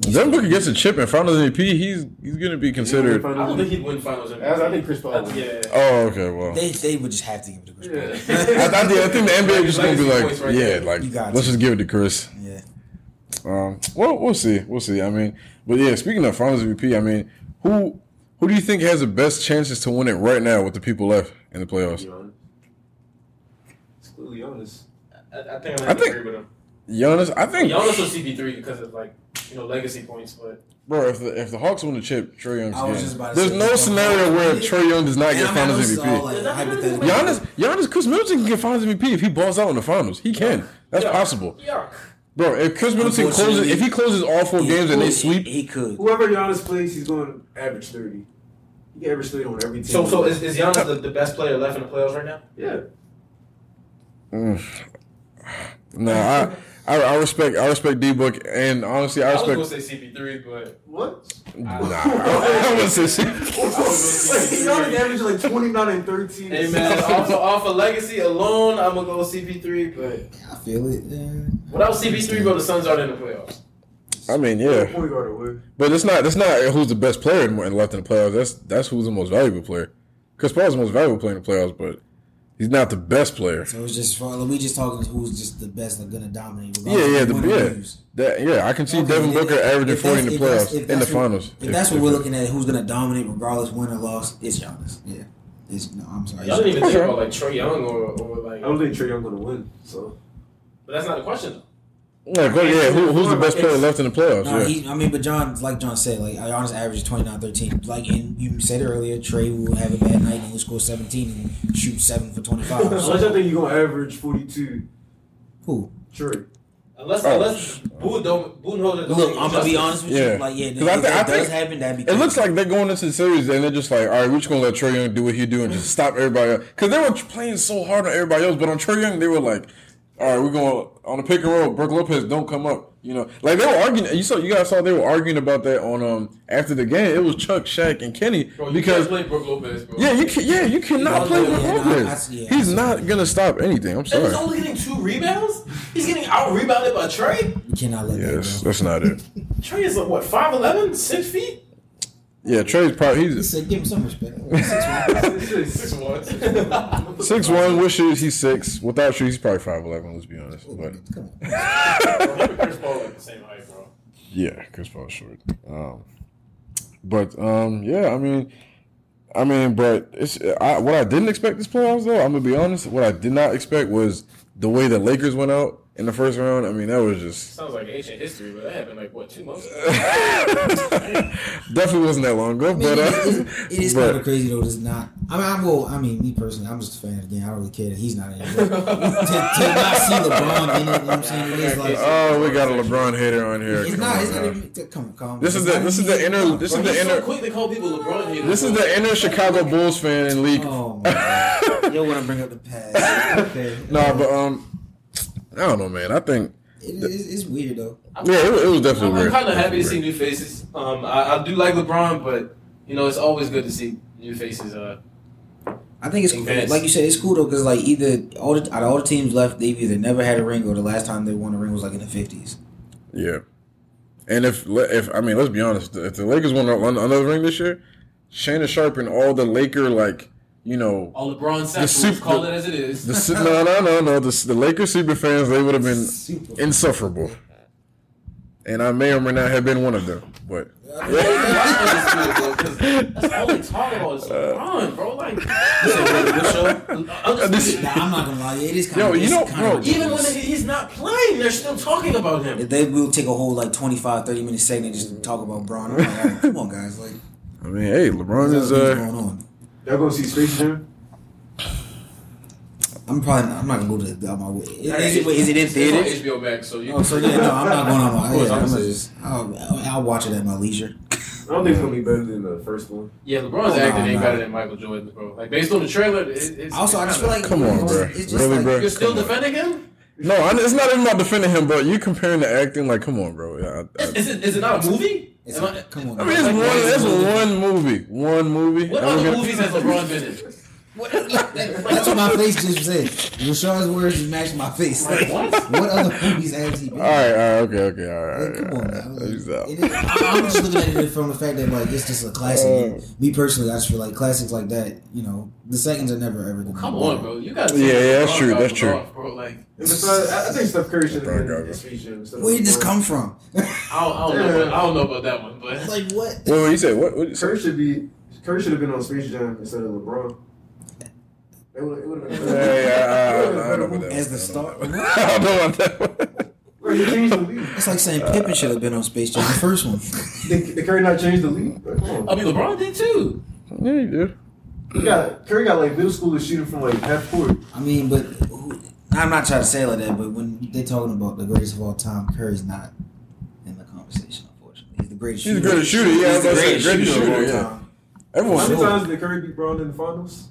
Speaker 1: Devin Booker gets a chip in Finals MVP. He's he's gonna be considered.
Speaker 3: I don't think he'd win Finals MVP.
Speaker 4: I think Chris Paul
Speaker 3: I-
Speaker 4: would.
Speaker 3: Yeah.
Speaker 1: Oh, okay. Well,
Speaker 2: They, they would just have to give it to Chris Paul.
Speaker 1: I, I, think- I think the NBA is just gonna be
Speaker 3: Voice
Speaker 1: like,
Speaker 3: right
Speaker 1: yeah,
Speaker 3: there.
Speaker 1: like
Speaker 2: You got
Speaker 1: let's
Speaker 2: you.
Speaker 1: just give it to Chris.
Speaker 2: Yeah.
Speaker 1: Um, well, we'll see, we'll see. I mean, but yeah, speaking of Finals MVP, I mean, who who do you think has the best chances to win it right now with the people left in the playoffs?
Speaker 4: It's clearly honest.
Speaker 3: I, I think I'm
Speaker 1: I
Speaker 3: gonna
Speaker 1: think-
Speaker 3: agree with him.
Speaker 1: Giannis, I think,
Speaker 3: Giannis was CP3 because of like you know legacy points, but
Speaker 1: bro, if the if the Hawks win the chip, Trey Young's
Speaker 2: I was
Speaker 1: getting
Speaker 2: just
Speaker 1: it.
Speaker 2: about to
Speaker 1: There's
Speaker 2: say,
Speaker 1: no
Speaker 2: if the
Speaker 1: scenario
Speaker 2: Hawks
Speaker 1: where
Speaker 2: win it-
Speaker 1: Trey Young does not
Speaker 2: And
Speaker 1: get
Speaker 2: I'm
Speaker 1: Finals
Speaker 2: also,
Speaker 1: MVP.
Speaker 2: like,
Speaker 3: Is that
Speaker 2: hypothetical.
Speaker 3: really-
Speaker 1: Giannis, Giannis, Chris Middleton can get Finals MVP if he balls out in the Finals. He can. That's
Speaker 3: Yuck.
Speaker 1: possible.
Speaker 3: Yuck.
Speaker 1: Bro, if Chris Middleton closes,
Speaker 2: Unfortunately-
Speaker 1: if he closes all four
Speaker 2: He
Speaker 1: games and they
Speaker 2: could-
Speaker 1: sweep,
Speaker 2: He could.
Speaker 4: Whoever Giannis plays, he's going to average 30. He can average 30 on every team.
Speaker 3: So so is, is Giannis the, the best player left in the playoffs right now?
Speaker 4: Yeah.
Speaker 1: nah, I, I, I respect, I respect D Book, and honestly, I
Speaker 3: I was
Speaker 1: respect.
Speaker 3: gonna say CP3, but
Speaker 4: What?
Speaker 1: nah, I was gonna say.
Speaker 4: like, Giannis averaged like 29 and 13.
Speaker 3: hey man, off of, off of legacy alone, I'm gonna go CP3. But
Speaker 2: I feel it. Yeah.
Speaker 3: without CP3, bro, the Suns aren't in the playoffs.
Speaker 1: I mean, yeah,
Speaker 4: Point guard away.
Speaker 1: but it's not, it's not who's the best player in, in left in the playoffs. That's that's who's the most valuable player. Chris Paul's the most valuable player in the playoffs, but he's not the best player.
Speaker 2: So it's just for, we just talking who's just the best and gonna dominate.
Speaker 1: Yeah,
Speaker 2: regardless
Speaker 1: yeah,
Speaker 2: of
Speaker 1: the,
Speaker 2: win or
Speaker 1: yeah,
Speaker 2: lose.
Speaker 1: that, yeah. I can see
Speaker 2: Okay,
Speaker 1: Devin
Speaker 2: if-
Speaker 1: Booker averaging
Speaker 2: if
Speaker 1: forty in
Speaker 2: that's-
Speaker 1: the
Speaker 2: if that's-
Speaker 1: playoffs,
Speaker 2: if
Speaker 1: in the
Speaker 2: that's what-
Speaker 1: finals.
Speaker 2: If that's what we're looking at, who's gonna dominate regardless win or loss? It's Giannis. Yeah. It's, no, I'm sorry.
Speaker 3: Y'all didn't even think
Speaker 1: Okay.
Speaker 3: about like Trey Young or, or like.
Speaker 4: I don't think Trey Young going to win. So
Speaker 3: But that's not the question. though.
Speaker 1: Yeah, go- yeah. Who, who's the best player left in the playoffs?
Speaker 2: No,
Speaker 1: Yeah.
Speaker 2: he, I mean, but John, like John said, like Giannis averaged 29 13. Like, and you said it earlier, Trey will have a bad night and he'll score 17 and shoot 7 for 25.
Speaker 4: unless I
Speaker 2: so,
Speaker 4: think you're going to average 42,
Speaker 2: who?
Speaker 4: Trey.
Speaker 3: Unless
Speaker 1: Oh.
Speaker 3: unless Budenholzer.
Speaker 2: Look, I'm going to be honest with
Speaker 1: Yeah.
Speaker 2: you. Like, yeah, if
Speaker 1: 'Cause I thi-
Speaker 2: that
Speaker 1: I
Speaker 2: does
Speaker 1: think-
Speaker 2: happen, that'd be
Speaker 1: It looks
Speaker 2: crazy.
Speaker 1: like they're going into the series and they're just like, all right, we're just gonna let Trey Young do what he do and just stop everybody else because they were playing so hard on everybody else. But on Trey Young, they were like, all right, we're going on the pick and roll. Brooke Lopez, don't come up. You know, like they were arguing. You saw, you guys saw they were arguing about that on um after the game. It was Chuck, Shaq, and Kenny
Speaker 3: Bro, you
Speaker 1: because
Speaker 3: can't play Brook Lopez, bro.
Speaker 1: yeah, you can, yeah, you cannot
Speaker 2: Oh,
Speaker 1: play
Speaker 2: yeah,
Speaker 1: with
Speaker 2: yeah, no,
Speaker 1: Lopez.
Speaker 2: I see, yeah, I
Speaker 1: He's
Speaker 2: see.
Speaker 1: not gonna stop anything. I'm
Speaker 3: And he's
Speaker 1: sorry.
Speaker 3: only getting two rebounds. He's getting out rebounded by Trey.
Speaker 2: You cannot let
Speaker 1: Yes,
Speaker 2: that go.
Speaker 1: that's not it.
Speaker 3: Trey is like what 5'11", 6 feet.
Speaker 1: Yeah, Trey's probably
Speaker 2: He
Speaker 1: he's
Speaker 2: said, give him some respect. Six one.
Speaker 3: Six one. Come
Speaker 1: six one with shoes. He's six without shoes. He's probably five eleven. Let's be honest, but.
Speaker 2: Come on.
Speaker 3: on, Chris Paul like the same height, bro.
Speaker 1: Yeah, Chris Paul's short. Um, but um, yeah, I mean, I mean, but it's I, what I didn't expect this playoffs though. I'm gonna be honest. What I did not expect was the way the Lakers went out in the first round. I mean, that was just
Speaker 3: Sounds like ancient history, but that happened like what two months ago.
Speaker 1: definitely wasn't that long ago. But
Speaker 2: I mean,
Speaker 1: uh,
Speaker 2: it is, it is kind
Speaker 1: but
Speaker 2: of crazy though. It's not. I mean, I'm well, I mean, me personally, I'm just a fan of the game. I don't really care that he's not in it. But to, to not see LeBron in it, you know what I'm saying? It is like
Speaker 1: oh, we got a LeBron hater on here.
Speaker 2: it's
Speaker 1: Come
Speaker 2: not.
Speaker 1: on
Speaker 2: It's not
Speaker 1: now.
Speaker 2: even. Come on, calm.
Speaker 1: This is the this is the inner this is
Speaker 3: He's
Speaker 1: the
Speaker 3: so
Speaker 1: inner
Speaker 3: quick to call people LeBron haters.
Speaker 1: this is the inner Chicago Bulls fan in league.
Speaker 2: Oh my god! You'll want to bring up the past. Okay.
Speaker 1: Nah, but um, I don't know, man. I think
Speaker 2: It is, it's weird though.
Speaker 1: yeah, it, was- it was definitely
Speaker 3: I'm,
Speaker 1: weird.
Speaker 3: kind of happy to
Speaker 1: Weird.
Speaker 3: see new faces. Um, I, I do like LeBron, but you know it's always good to see new faces. Uh,
Speaker 2: I think it's cool.
Speaker 3: Advanced.
Speaker 2: like you said, it's cool though because like either all the out of all the teams left, they've either never had a ring or the last time they won a ring was like in the fifties.
Speaker 1: Yeah, and if if I mean, let's be honest, if the Lakers won another ring this year, Shannon Sharp and all the Laker like you know
Speaker 3: all LeBron
Speaker 1: soup-
Speaker 3: sacks. Call it as it is.
Speaker 1: the su- no no no no the, the Lakers super fans they would have been
Speaker 2: Super.
Speaker 1: insufferable. and I may or may not have been one of them. But
Speaker 3: That's all they talk about is LeBron, bro. Like, this
Speaker 2: Nah, I'm not gonna lie. It is kind
Speaker 1: Yo,
Speaker 2: of
Speaker 1: you know, bro,
Speaker 3: even when he's not playing, they're still talking about him.
Speaker 2: If they will take a whole like 25, 30 minute segment just to talk about Braun, I'm like, all right, come on, guys. Like,
Speaker 1: I mean, hey, LeBron is
Speaker 2: what's going
Speaker 1: uh,
Speaker 2: on?
Speaker 4: Y'all gonna see Space Jam?
Speaker 2: I'm probably not, I'm not gonna go to the, on my way. Is, it, wait, is it in theaters?
Speaker 3: It's on HBO back, so you.
Speaker 2: Oh, so yeah, no, I'm not going on my.
Speaker 3: course,
Speaker 2: Yeah, I'm gonna
Speaker 3: I'm saying.
Speaker 2: just, I'll, I'll- I'll watch it at my leisure.
Speaker 4: I don't think it's gonna be better than the first one.
Speaker 3: Yeah, LeBron's
Speaker 2: Oh, no,
Speaker 3: acting ain't
Speaker 2: no.
Speaker 3: better than Michael Jordan, bro. Like based on the trailer, it, it's
Speaker 2: Also, I just feel like
Speaker 1: Come on,
Speaker 2: it's-
Speaker 1: bro.
Speaker 2: It's just
Speaker 1: Really,
Speaker 2: like,
Speaker 1: bro?
Speaker 3: you're still
Speaker 1: Come on.
Speaker 3: defending him.
Speaker 1: no, I- it's not even about defending him, but you comparing the acting. Like, come on, bro. I, I,
Speaker 3: Is it is it not a movie?
Speaker 2: It's
Speaker 3: Am I-
Speaker 2: come on.
Speaker 1: I mean, it's
Speaker 2: bro.
Speaker 1: one. It's one movie. One movie.
Speaker 3: What
Speaker 1: And we're
Speaker 3: other
Speaker 1: gonna-
Speaker 3: movies has LeBron been in? What, like,
Speaker 2: That's what my face just said. Rashard's words just matched my face.
Speaker 3: Like, what?
Speaker 2: What other movies has he been?
Speaker 1: All right, all right, okay, okay, all right.
Speaker 2: Like, come
Speaker 1: all
Speaker 2: on,
Speaker 1: right,
Speaker 2: man.
Speaker 1: all right.
Speaker 2: Like,
Speaker 1: Peace out.
Speaker 2: it is- I- I'm just looking at it from the fact that like it's just a classic. And Me personally, I just feel like classics like that. You know, the seconds are never ever. Gonna
Speaker 3: Come
Speaker 2: be
Speaker 3: on,
Speaker 2: better.
Speaker 3: bro. You got to.
Speaker 1: Yeah, yeah, that's true, that's true.
Speaker 3: bro. Like
Speaker 4: And besides, I, I think Steph Curry should have been
Speaker 1: Bro,
Speaker 4: in Space Jam. instead of
Speaker 2: Where did this
Speaker 4: LeBron.
Speaker 2: come from?
Speaker 3: I don't, I don't know. About, I don't know about that one, but
Speaker 2: like what?
Speaker 1: Wait, wait, you said what? What you
Speaker 4: Curry
Speaker 1: said?
Speaker 4: should be. Curry should have been on Space Jam instead of LeBron. It would, it would have been.
Speaker 1: Hey, I, I, I, don't know about that.
Speaker 2: As
Speaker 1: one.
Speaker 2: the star.
Speaker 1: I don't know about that. one.
Speaker 4: Bro, he changed the league.
Speaker 2: It's like saying Pippen should have been on Space Jam, the first one.
Speaker 4: Did, did Curry not change the league? Bro, come on.
Speaker 3: I mean, LeBron did too.
Speaker 1: yeah, you did.
Speaker 4: He got Curry got like middle schoolers shooting from like half court.
Speaker 2: I mean, but who, I'm not trying to say it like that. But when they're talking about the greatest of all time, Curry's not in the conversation. Unfortunately, he's the greatest.
Speaker 1: He's the
Speaker 2: shooter.
Speaker 1: greatest shooter. Yeah, I was
Speaker 2: He's the
Speaker 1: about to say
Speaker 2: greatest
Speaker 1: greatest
Speaker 2: shooter. of all
Speaker 1: shooter. Yeah,
Speaker 2: time.
Speaker 4: How
Speaker 1: everyone.
Speaker 4: many
Speaker 2: Sure.
Speaker 4: times did Curry beat Brown in the finals?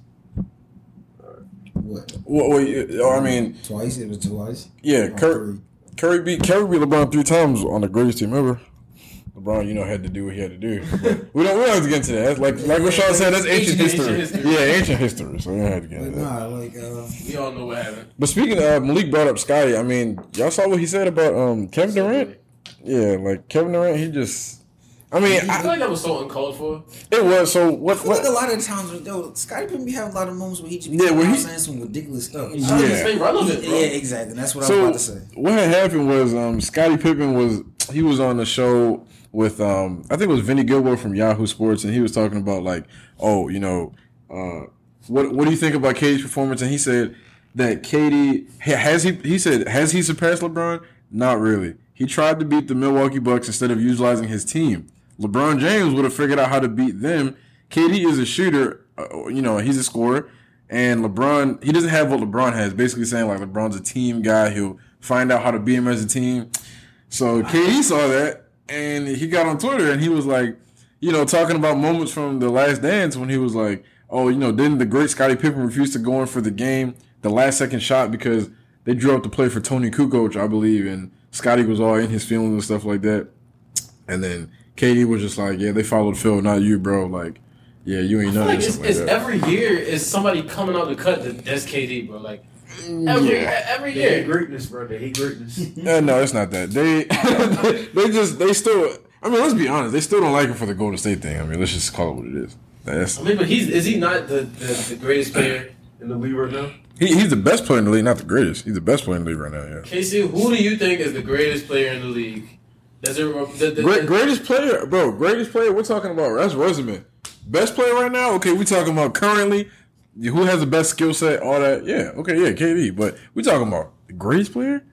Speaker 2: What?
Speaker 1: Well, well, you- I mean,
Speaker 2: Twice? It was twice.
Speaker 1: yeah,
Speaker 2: Or
Speaker 1: Curry,
Speaker 2: three.
Speaker 1: Curry beat Curry beat LeBron three times on the greatest team ever. LeBron, you know, had to do what he had to do. But we don't. We don't have to get into that. That's like like what Sean said. That's ancient,
Speaker 3: Ancient-
Speaker 1: history.
Speaker 3: ancient history.
Speaker 1: Yeah, ancient history. So we don't have to get
Speaker 2: But
Speaker 1: into that.
Speaker 2: nah, like uh,
Speaker 3: We all know what happened.
Speaker 1: But speaking of Malik brought up Scotty. I mean, y'all saw what he said about um Kevin Durant. Yeah, like Kevin Durant, he just. I mean,
Speaker 3: I feel
Speaker 1: I,
Speaker 3: like that was so uncalled for.
Speaker 1: it was so. What?
Speaker 2: I feel like a
Speaker 1: what
Speaker 2: lot of times when though Scotty Pippen be having a lot of moments where he just be
Speaker 1: Yeah, where
Speaker 2: out
Speaker 1: he's-
Speaker 2: saying some ridiculous stuff.
Speaker 3: Trying to
Speaker 1: Yeah.
Speaker 3: stay relevant,
Speaker 2: Yeah,
Speaker 3: bro.
Speaker 2: exactly. That's what I
Speaker 1: so
Speaker 2: was about to say.
Speaker 1: what had happened was um Scotty Pippen was he was on the show with um I think it was Vinny Gilmore from Yahoo Sports, and he was talking about like, oh, you know, uh, what what do you think about Katie's performance? And he said that Katie ha- has he he said has he surpassed LeBron? Not really. He tried to beat the Milwaukee Bucks instead of utilizing his team. LeBron James would have figured out how to beat them. KD is a shooter, uh, you know, he's a scorer. And LeBron, he doesn't have what LeBron has. Basically saying like LeBron's a team guy. He'll find out how to beat him as a team. So KD saw that and he got on Twitter and he was like, you know, talking about moments from the last dance when he was like, oh, you know, didn't the great Scottie Pippen refuse to go in for the game, the last second shot because they drew up the play for Tony Kukoc, I believe, and Scotty was all in his feelings and stuff like that. And then KD was just like, yeah, they followed Phil, not you, bro. Like, yeah, you ain't
Speaker 3: I feel
Speaker 1: nothing.
Speaker 3: like
Speaker 1: or
Speaker 3: it's,
Speaker 1: something
Speaker 3: it's
Speaker 1: like that.
Speaker 3: every year is somebody coming out the cut that, that's KD, bro. Like every
Speaker 1: Yeah.
Speaker 3: every
Speaker 4: They
Speaker 3: year.
Speaker 4: hate greatness, bro. They hate greatness.
Speaker 1: Uh, no, it's not that. They they just they still. I mean, let's be honest. They still don't like him for the Golden State thing. I mean, let's just call it what it is. That's
Speaker 3: I mean, but he's is he not the, the, the greatest player?
Speaker 4: in the league right now,
Speaker 1: he, he's the best player in the league, not the greatest. He's the best player in the league right now. Yeah.
Speaker 3: Casey, who do you think is the greatest player in the league? Does it the, the,
Speaker 1: Great,
Speaker 3: the-
Speaker 1: greatest player, bro. Greatest player. We're talking about that's Roseman. Best player right now. Okay, we talking about currently. Who has the best skill set? All that. Yeah. Okay. Yeah. KD. But we talking about the greatest player.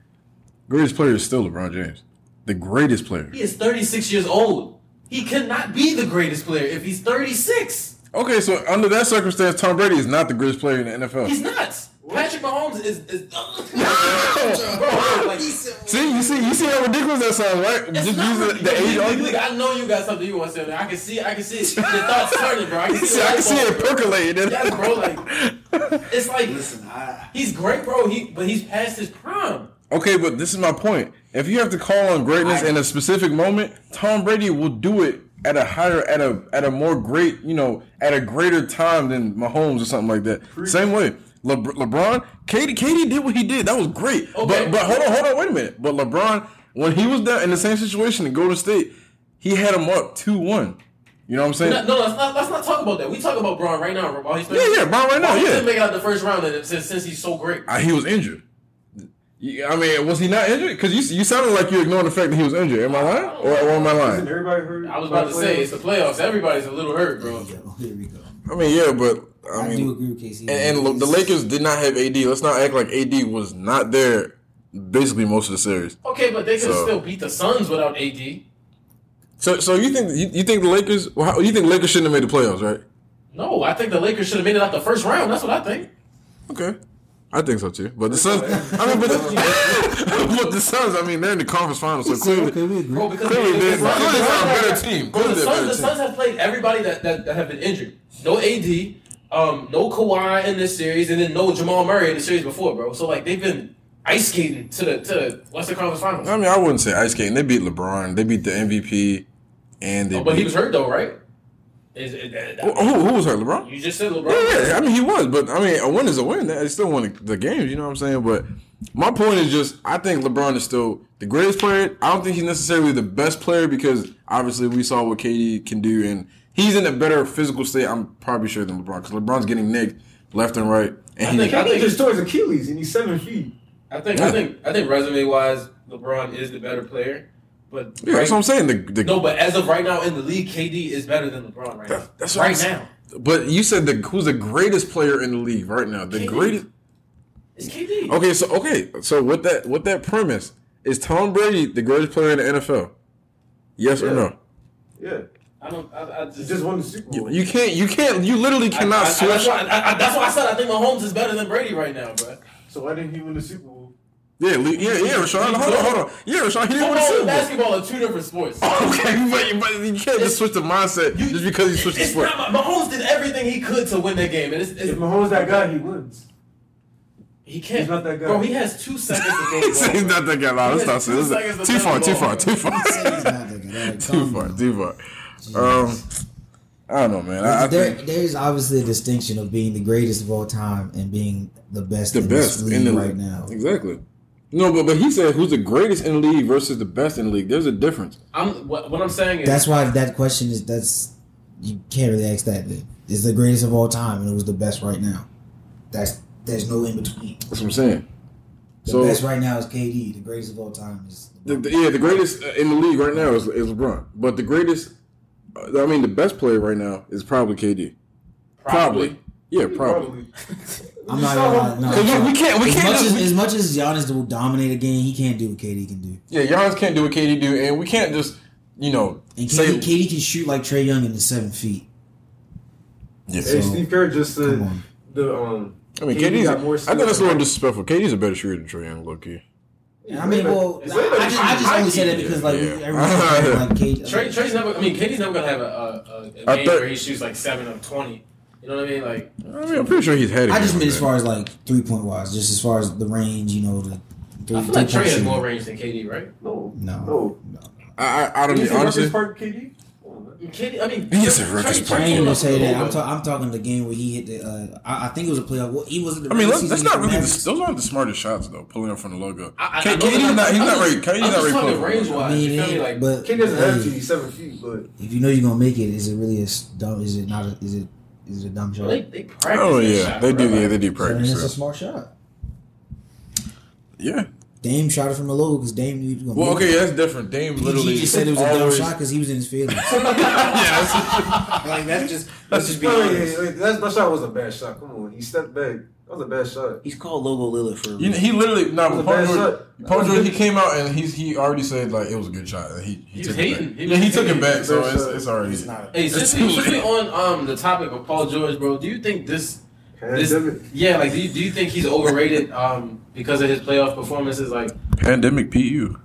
Speaker 1: Greatest player is still LeBron James. The greatest player.
Speaker 3: He is 36 years old. He cannot be the greatest player if he's 36.
Speaker 1: Okay, so under that circumstance, Tom Brady is not the greatest player in the NFL.
Speaker 3: He's not. Patrick Mahomes is. is bro, like,
Speaker 1: See, you see, you see how ridiculous that sounds, right?
Speaker 3: It's
Speaker 1: Just
Speaker 3: not
Speaker 1: use the, the age
Speaker 3: ridiculous.
Speaker 1: argument.
Speaker 3: I know you got something you want to say. I can see. I can see. The thoughts starting, bro. I can see.
Speaker 1: See, I can see it
Speaker 3: it.
Speaker 1: percolating.
Speaker 3: Yes, bro. Like it's like
Speaker 4: listen, I
Speaker 3: he's great, bro. He but he's past his prime.
Speaker 1: okay, but this is my point. If you have to call on greatness in a specific moment, Tom Brady will do it at a higher, at a at a more great, you know, at a greater time than Mahomes or something like that. Same way. Le- LeBron, Katie, Katie did what he did. That was great.
Speaker 3: Okay.
Speaker 1: But but hold on, hold on, wait a minute. But LeBron, when he was down in the same situation in Golden State, he had him up two one. You know what I'm saying?
Speaker 3: No, no, let's not let's not talk about that. We talk about Braun right now while he's
Speaker 1: yeah, yeah, Braun right now,
Speaker 3: He
Speaker 1: yeah.
Speaker 3: didn't make it out the first round and since since he's so great.
Speaker 1: I, he was Uh, injured. Yeah, I mean, was he not injured? Because you you sounded like you ignored the fact that he was injured. Am I lying or, or am I
Speaker 4: Isn't
Speaker 1: lying?
Speaker 4: everybody hurt?
Speaker 3: I was about to say it's the playoffs. Everybody's a little hurt, bro.
Speaker 2: Yo, here we go.
Speaker 1: I mean, yeah, but
Speaker 2: I,
Speaker 1: I
Speaker 2: do
Speaker 1: mean,
Speaker 2: agree with Casey.
Speaker 1: and, and look, the Lakers did not have AD. Let's not act like AD was not there basically most of the series.
Speaker 3: Okay, but they could have
Speaker 1: So-
Speaker 3: still beat the Suns without AD.
Speaker 1: So so you think you, you think the Lakers? Well, how, you think Lakers shouldn't have made the playoffs, right?
Speaker 3: No, I think the Lakers should have made it out the first round. That's what I think.
Speaker 1: Okay. I think so too, but the Suns. I mean, but the, but the Suns. I mean, they're in the conference finals, so clearly,
Speaker 2: okay, we agree.
Speaker 3: Bro, because
Speaker 1: clearly
Speaker 3: the-
Speaker 1: they're,
Speaker 3: the Suns-
Speaker 1: clearly
Speaker 3: the
Speaker 1: they're a
Speaker 3: Suns-
Speaker 1: better team.
Speaker 3: Bro,
Speaker 1: Clearly they're
Speaker 3: the Suns,
Speaker 1: a
Speaker 3: the
Speaker 1: better team.
Speaker 3: Suns have played everybody that, that, that have been injured. No AD, um, no Kawhi in this series, and then no Jamal Murray in the series before, bro. So like they've been ice skating to the to the Western Conference Finals.
Speaker 1: I mean, I wouldn't say ice skating. They beat LeBron. They beat the MVP, and they.
Speaker 3: Oh, but he
Speaker 1: beat-
Speaker 3: was hurt though, right? Is, is- that-
Speaker 1: Who, who who was hurt? LeBron.
Speaker 3: you just said
Speaker 1: Yeah,
Speaker 3: LeBron.
Speaker 1: yeah, I mean he was, but I mean a win is a win. They still won the games, you know what I'm saying? But my point is just I think LeBron is still the greatest player. I don't think he's necessarily the best player because obviously we saw what KD can do, and he's in a better physical state. I'm probably sure than LeBron because LeBron's getting nicked left and right, and he,
Speaker 3: think- I
Speaker 4: KD
Speaker 3: think-
Speaker 4: just tore his Achilles and he's seven feet.
Speaker 3: I think I think I think resume wise, LeBron is the better player. But
Speaker 1: yeah, that's what I'm saying. The, the,
Speaker 3: no, but as of right now in the league, KD is better than LeBron right now.
Speaker 1: That- that's what I'm
Speaker 3: right
Speaker 1: saying.
Speaker 3: now.
Speaker 1: but you said the who's the greatest player in the league right now? The
Speaker 3: KD.
Speaker 1: greatest.
Speaker 3: It's KD.
Speaker 1: Okay, so okay, so with that with that premise is Tom Brady the greatest player in the NFL? Yes or
Speaker 4: Yeah.
Speaker 1: no?
Speaker 4: Yeah,
Speaker 3: I don't. I, I
Speaker 4: he
Speaker 3: just,
Speaker 4: just won the Super
Speaker 1: You,
Speaker 4: Bowl.
Speaker 1: you can't. You can't. You literally
Speaker 3: I,
Speaker 1: cannot
Speaker 3: I- I- that's,
Speaker 1: switch.
Speaker 3: why, I, I, that's why I said I think Mahomes is better than Brady right now, bro.
Speaker 4: so why didn't he win the Super Bowl?
Speaker 1: yeah, le- yeah, yeah, Rashawn. Hold on, hold on. Yeah, Rashawn. He didn't want to
Speaker 3: Football and
Speaker 1: Super Bowl.
Speaker 3: basketball are two different sports.
Speaker 1: Okay, but you, but you can't just switch the mindset Oh. just because you switched the
Speaker 3: It's
Speaker 1: sport.
Speaker 3: not, my- Mahomes did everything he could to win that game, and it's,
Speaker 4: If
Speaker 3: it's,
Speaker 4: Mahomes that guy, he wins.
Speaker 3: he can't.
Speaker 4: he's not that guy.
Speaker 3: Bro, he has two seconds to throw
Speaker 1: He's
Speaker 3: the ball, bro.
Speaker 1: not that guy. No, that's not-
Speaker 3: Two
Speaker 1: this
Speaker 3: seconds
Speaker 1: is-
Speaker 3: to
Speaker 1: Too far.
Speaker 3: throw
Speaker 1: Too
Speaker 3: the ball.
Speaker 1: far. Too far.
Speaker 2: He's not that good. All right,
Speaker 1: Too
Speaker 2: calm
Speaker 1: far.
Speaker 2: down.
Speaker 1: Too far. Um, I don't know, man. I, I
Speaker 2: there,
Speaker 1: think
Speaker 2: there's obviously a distinction of being the greatest of all time and being the best
Speaker 1: the
Speaker 2: in
Speaker 1: best
Speaker 2: this league
Speaker 1: in the
Speaker 2: right
Speaker 1: league.
Speaker 2: now.
Speaker 1: Exactly. No, but but he said who's the greatest in the league versus the best in the league. There's a difference.
Speaker 3: I'm what, what I'm saying is
Speaker 2: That's why that question is that's you can't really ask that. Then. It's the greatest of all time and it was the best right now. That's there's no in between.
Speaker 1: That's what I'm saying.
Speaker 2: The
Speaker 1: So-
Speaker 2: best right now is KD. The greatest of all time is
Speaker 1: The, the- yeah, the greatest uh, in the league right now is, is LeBron, but the greatest, uh, I mean, the best player right now is probably KD. Probably, yeah, probably.
Speaker 2: I'm not gonna lie. No,
Speaker 1: So we- we can't- we
Speaker 2: as
Speaker 1: can't
Speaker 2: Much
Speaker 1: do-
Speaker 2: as,
Speaker 1: we-
Speaker 2: as much as Giannis will dominate a game, he can't do what KD can do.
Speaker 1: Yeah, Giannis can't do what KD do, and we can't just you know
Speaker 2: And KD,
Speaker 1: say
Speaker 2: KD can shoot like Trey Young in the seven feet.
Speaker 1: Yeah.
Speaker 2: So,
Speaker 4: Hey, Steve Kerr just said
Speaker 1: uh,
Speaker 2: come on.
Speaker 4: the um.
Speaker 1: I mean,
Speaker 4: KD
Speaker 1: KD's.
Speaker 4: got more
Speaker 1: I
Speaker 4: skill
Speaker 1: think that's a
Speaker 4: than-
Speaker 1: little disrespectful. KD's a better shooter than Trae Young, low key.
Speaker 2: I mean, well, I,
Speaker 4: It's way better
Speaker 2: I just, I just
Speaker 4: than
Speaker 2: only
Speaker 4: KD.
Speaker 2: said that because like
Speaker 1: Yeah.
Speaker 2: everyone's like KD.
Speaker 3: Trey, Trey's never. I mean, KD's never gonna have a, a, a, a game
Speaker 1: I thought-
Speaker 3: where he shoots like seven of twenty. You know what I mean? Like
Speaker 1: I mean, I'm pretty sure he's had it.
Speaker 2: I just meant as far as like three point wise, just as far as the range, you know, the three,
Speaker 3: I feel
Speaker 2: three-point
Speaker 3: like Trey has
Speaker 2: shooting.
Speaker 3: more range than KD, right?
Speaker 4: No,
Speaker 2: No,
Speaker 1: Oh.
Speaker 4: no.
Speaker 2: no.
Speaker 1: I, I, I don't mean,
Speaker 4: Did you see Marcus
Speaker 1: honestly.
Speaker 4: Park KD? Come on, man.
Speaker 3: KD, I mean,
Speaker 1: He is a
Speaker 3: Trey-
Speaker 1: reckless
Speaker 3: Trey-
Speaker 1: player.
Speaker 2: I ain't gonna say that. I'm,
Speaker 3: Look,
Speaker 2: ta- I'm talking the game where he hit the. Uh, I, I think it was a playoff. Well, he wasn't. The
Speaker 1: I mean, let's,
Speaker 2: regular
Speaker 1: that's
Speaker 2: season
Speaker 1: not really. The,
Speaker 2: Mavericks.
Speaker 1: those aren't the smartest shots though. Pulling up from the logo.
Speaker 3: I- I-
Speaker 1: K-
Speaker 3: I know
Speaker 1: KD's
Speaker 3: that-
Speaker 1: not. He's
Speaker 3: I'm
Speaker 1: not ready.
Speaker 3: just-
Speaker 1: KD's
Speaker 3: I'm
Speaker 1: not
Speaker 3: just
Speaker 1: ready.
Speaker 3: talking
Speaker 1: Pulling up
Speaker 3: range
Speaker 1: from the logo.
Speaker 2: I
Speaker 3: wise.
Speaker 2: mean,
Speaker 3: You feel me? Like,
Speaker 2: but
Speaker 4: Kid doesn't have to.
Speaker 2: hey,
Speaker 4: He's seven feet, but
Speaker 2: if you know you're gonna make it, is it really a s- dumb? Is it not? A, is it? Is it a dumb shot?
Speaker 3: they, they practice.
Speaker 1: Oh
Speaker 3: that
Speaker 1: yeah,
Speaker 3: shot,
Speaker 1: they
Speaker 3: bro.
Speaker 1: do. Yeah, they do
Speaker 2: So, I mean,
Speaker 1: practice.
Speaker 2: it's a
Speaker 1: so.
Speaker 2: smart shot.
Speaker 1: Yeah.
Speaker 2: Dame shot it from the logo because Dame knew he was gonna.
Speaker 1: Well,
Speaker 2: make
Speaker 1: okay,
Speaker 2: it.
Speaker 1: that's different. Dame literally
Speaker 2: he just said it was a dumb
Speaker 1: always-
Speaker 2: shot because he was in his feelings.
Speaker 1: yeah, that's
Speaker 5: Like that's just let's just be
Speaker 4: No, yeah,
Speaker 5: honest.
Speaker 4: yeah, yeah, that, that shot was a bad shot. Come on, he stepped back. That was a bad shot.
Speaker 5: He's called Logo Lillard for a
Speaker 1: You know,
Speaker 5: reason.
Speaker 1: he literally no.
Speaker 4: It was a
Speaker 1: Paul
Speaker 4: bad
Speaker 1: George,
Speaker 4: shot.
Speaker 1: Paul
Speaker 4: That was
Speaker 1: George,
Speaker 4: good.
Speaker 1: he came out and he's he already said like it was a good shot. and He he
Speaker 3: He
Speaker 1: took
Speaker 3: was
Speaker 1: it
Speaker 3: hating.
Speaker 1: back.
Speaker 3: He
Speaker 1: yeah, he
Speaker 3: was
Speaker 1: took it
Speaker 3: hating.
Speaker 1: back. So
Speaker 4: Bad
Speaker 1: it's
Speaker 4: shot.
Speaker 1: it's already.
Speaker 5: It's not.
Speaker 3: Hey,
Speaker 1: It's
Speaker 3: since
Speaker 1: too
Speaker 3: we, since we
Speaker 1: late.
Speaker 3: on um the topic of Paul George, bro, do you think this this
Speaker 4: Pandemic.
Speaker 3: yeah like do you, do you think he's overrated um because of his playoff performances like
Speaker 1: Pandemic PU.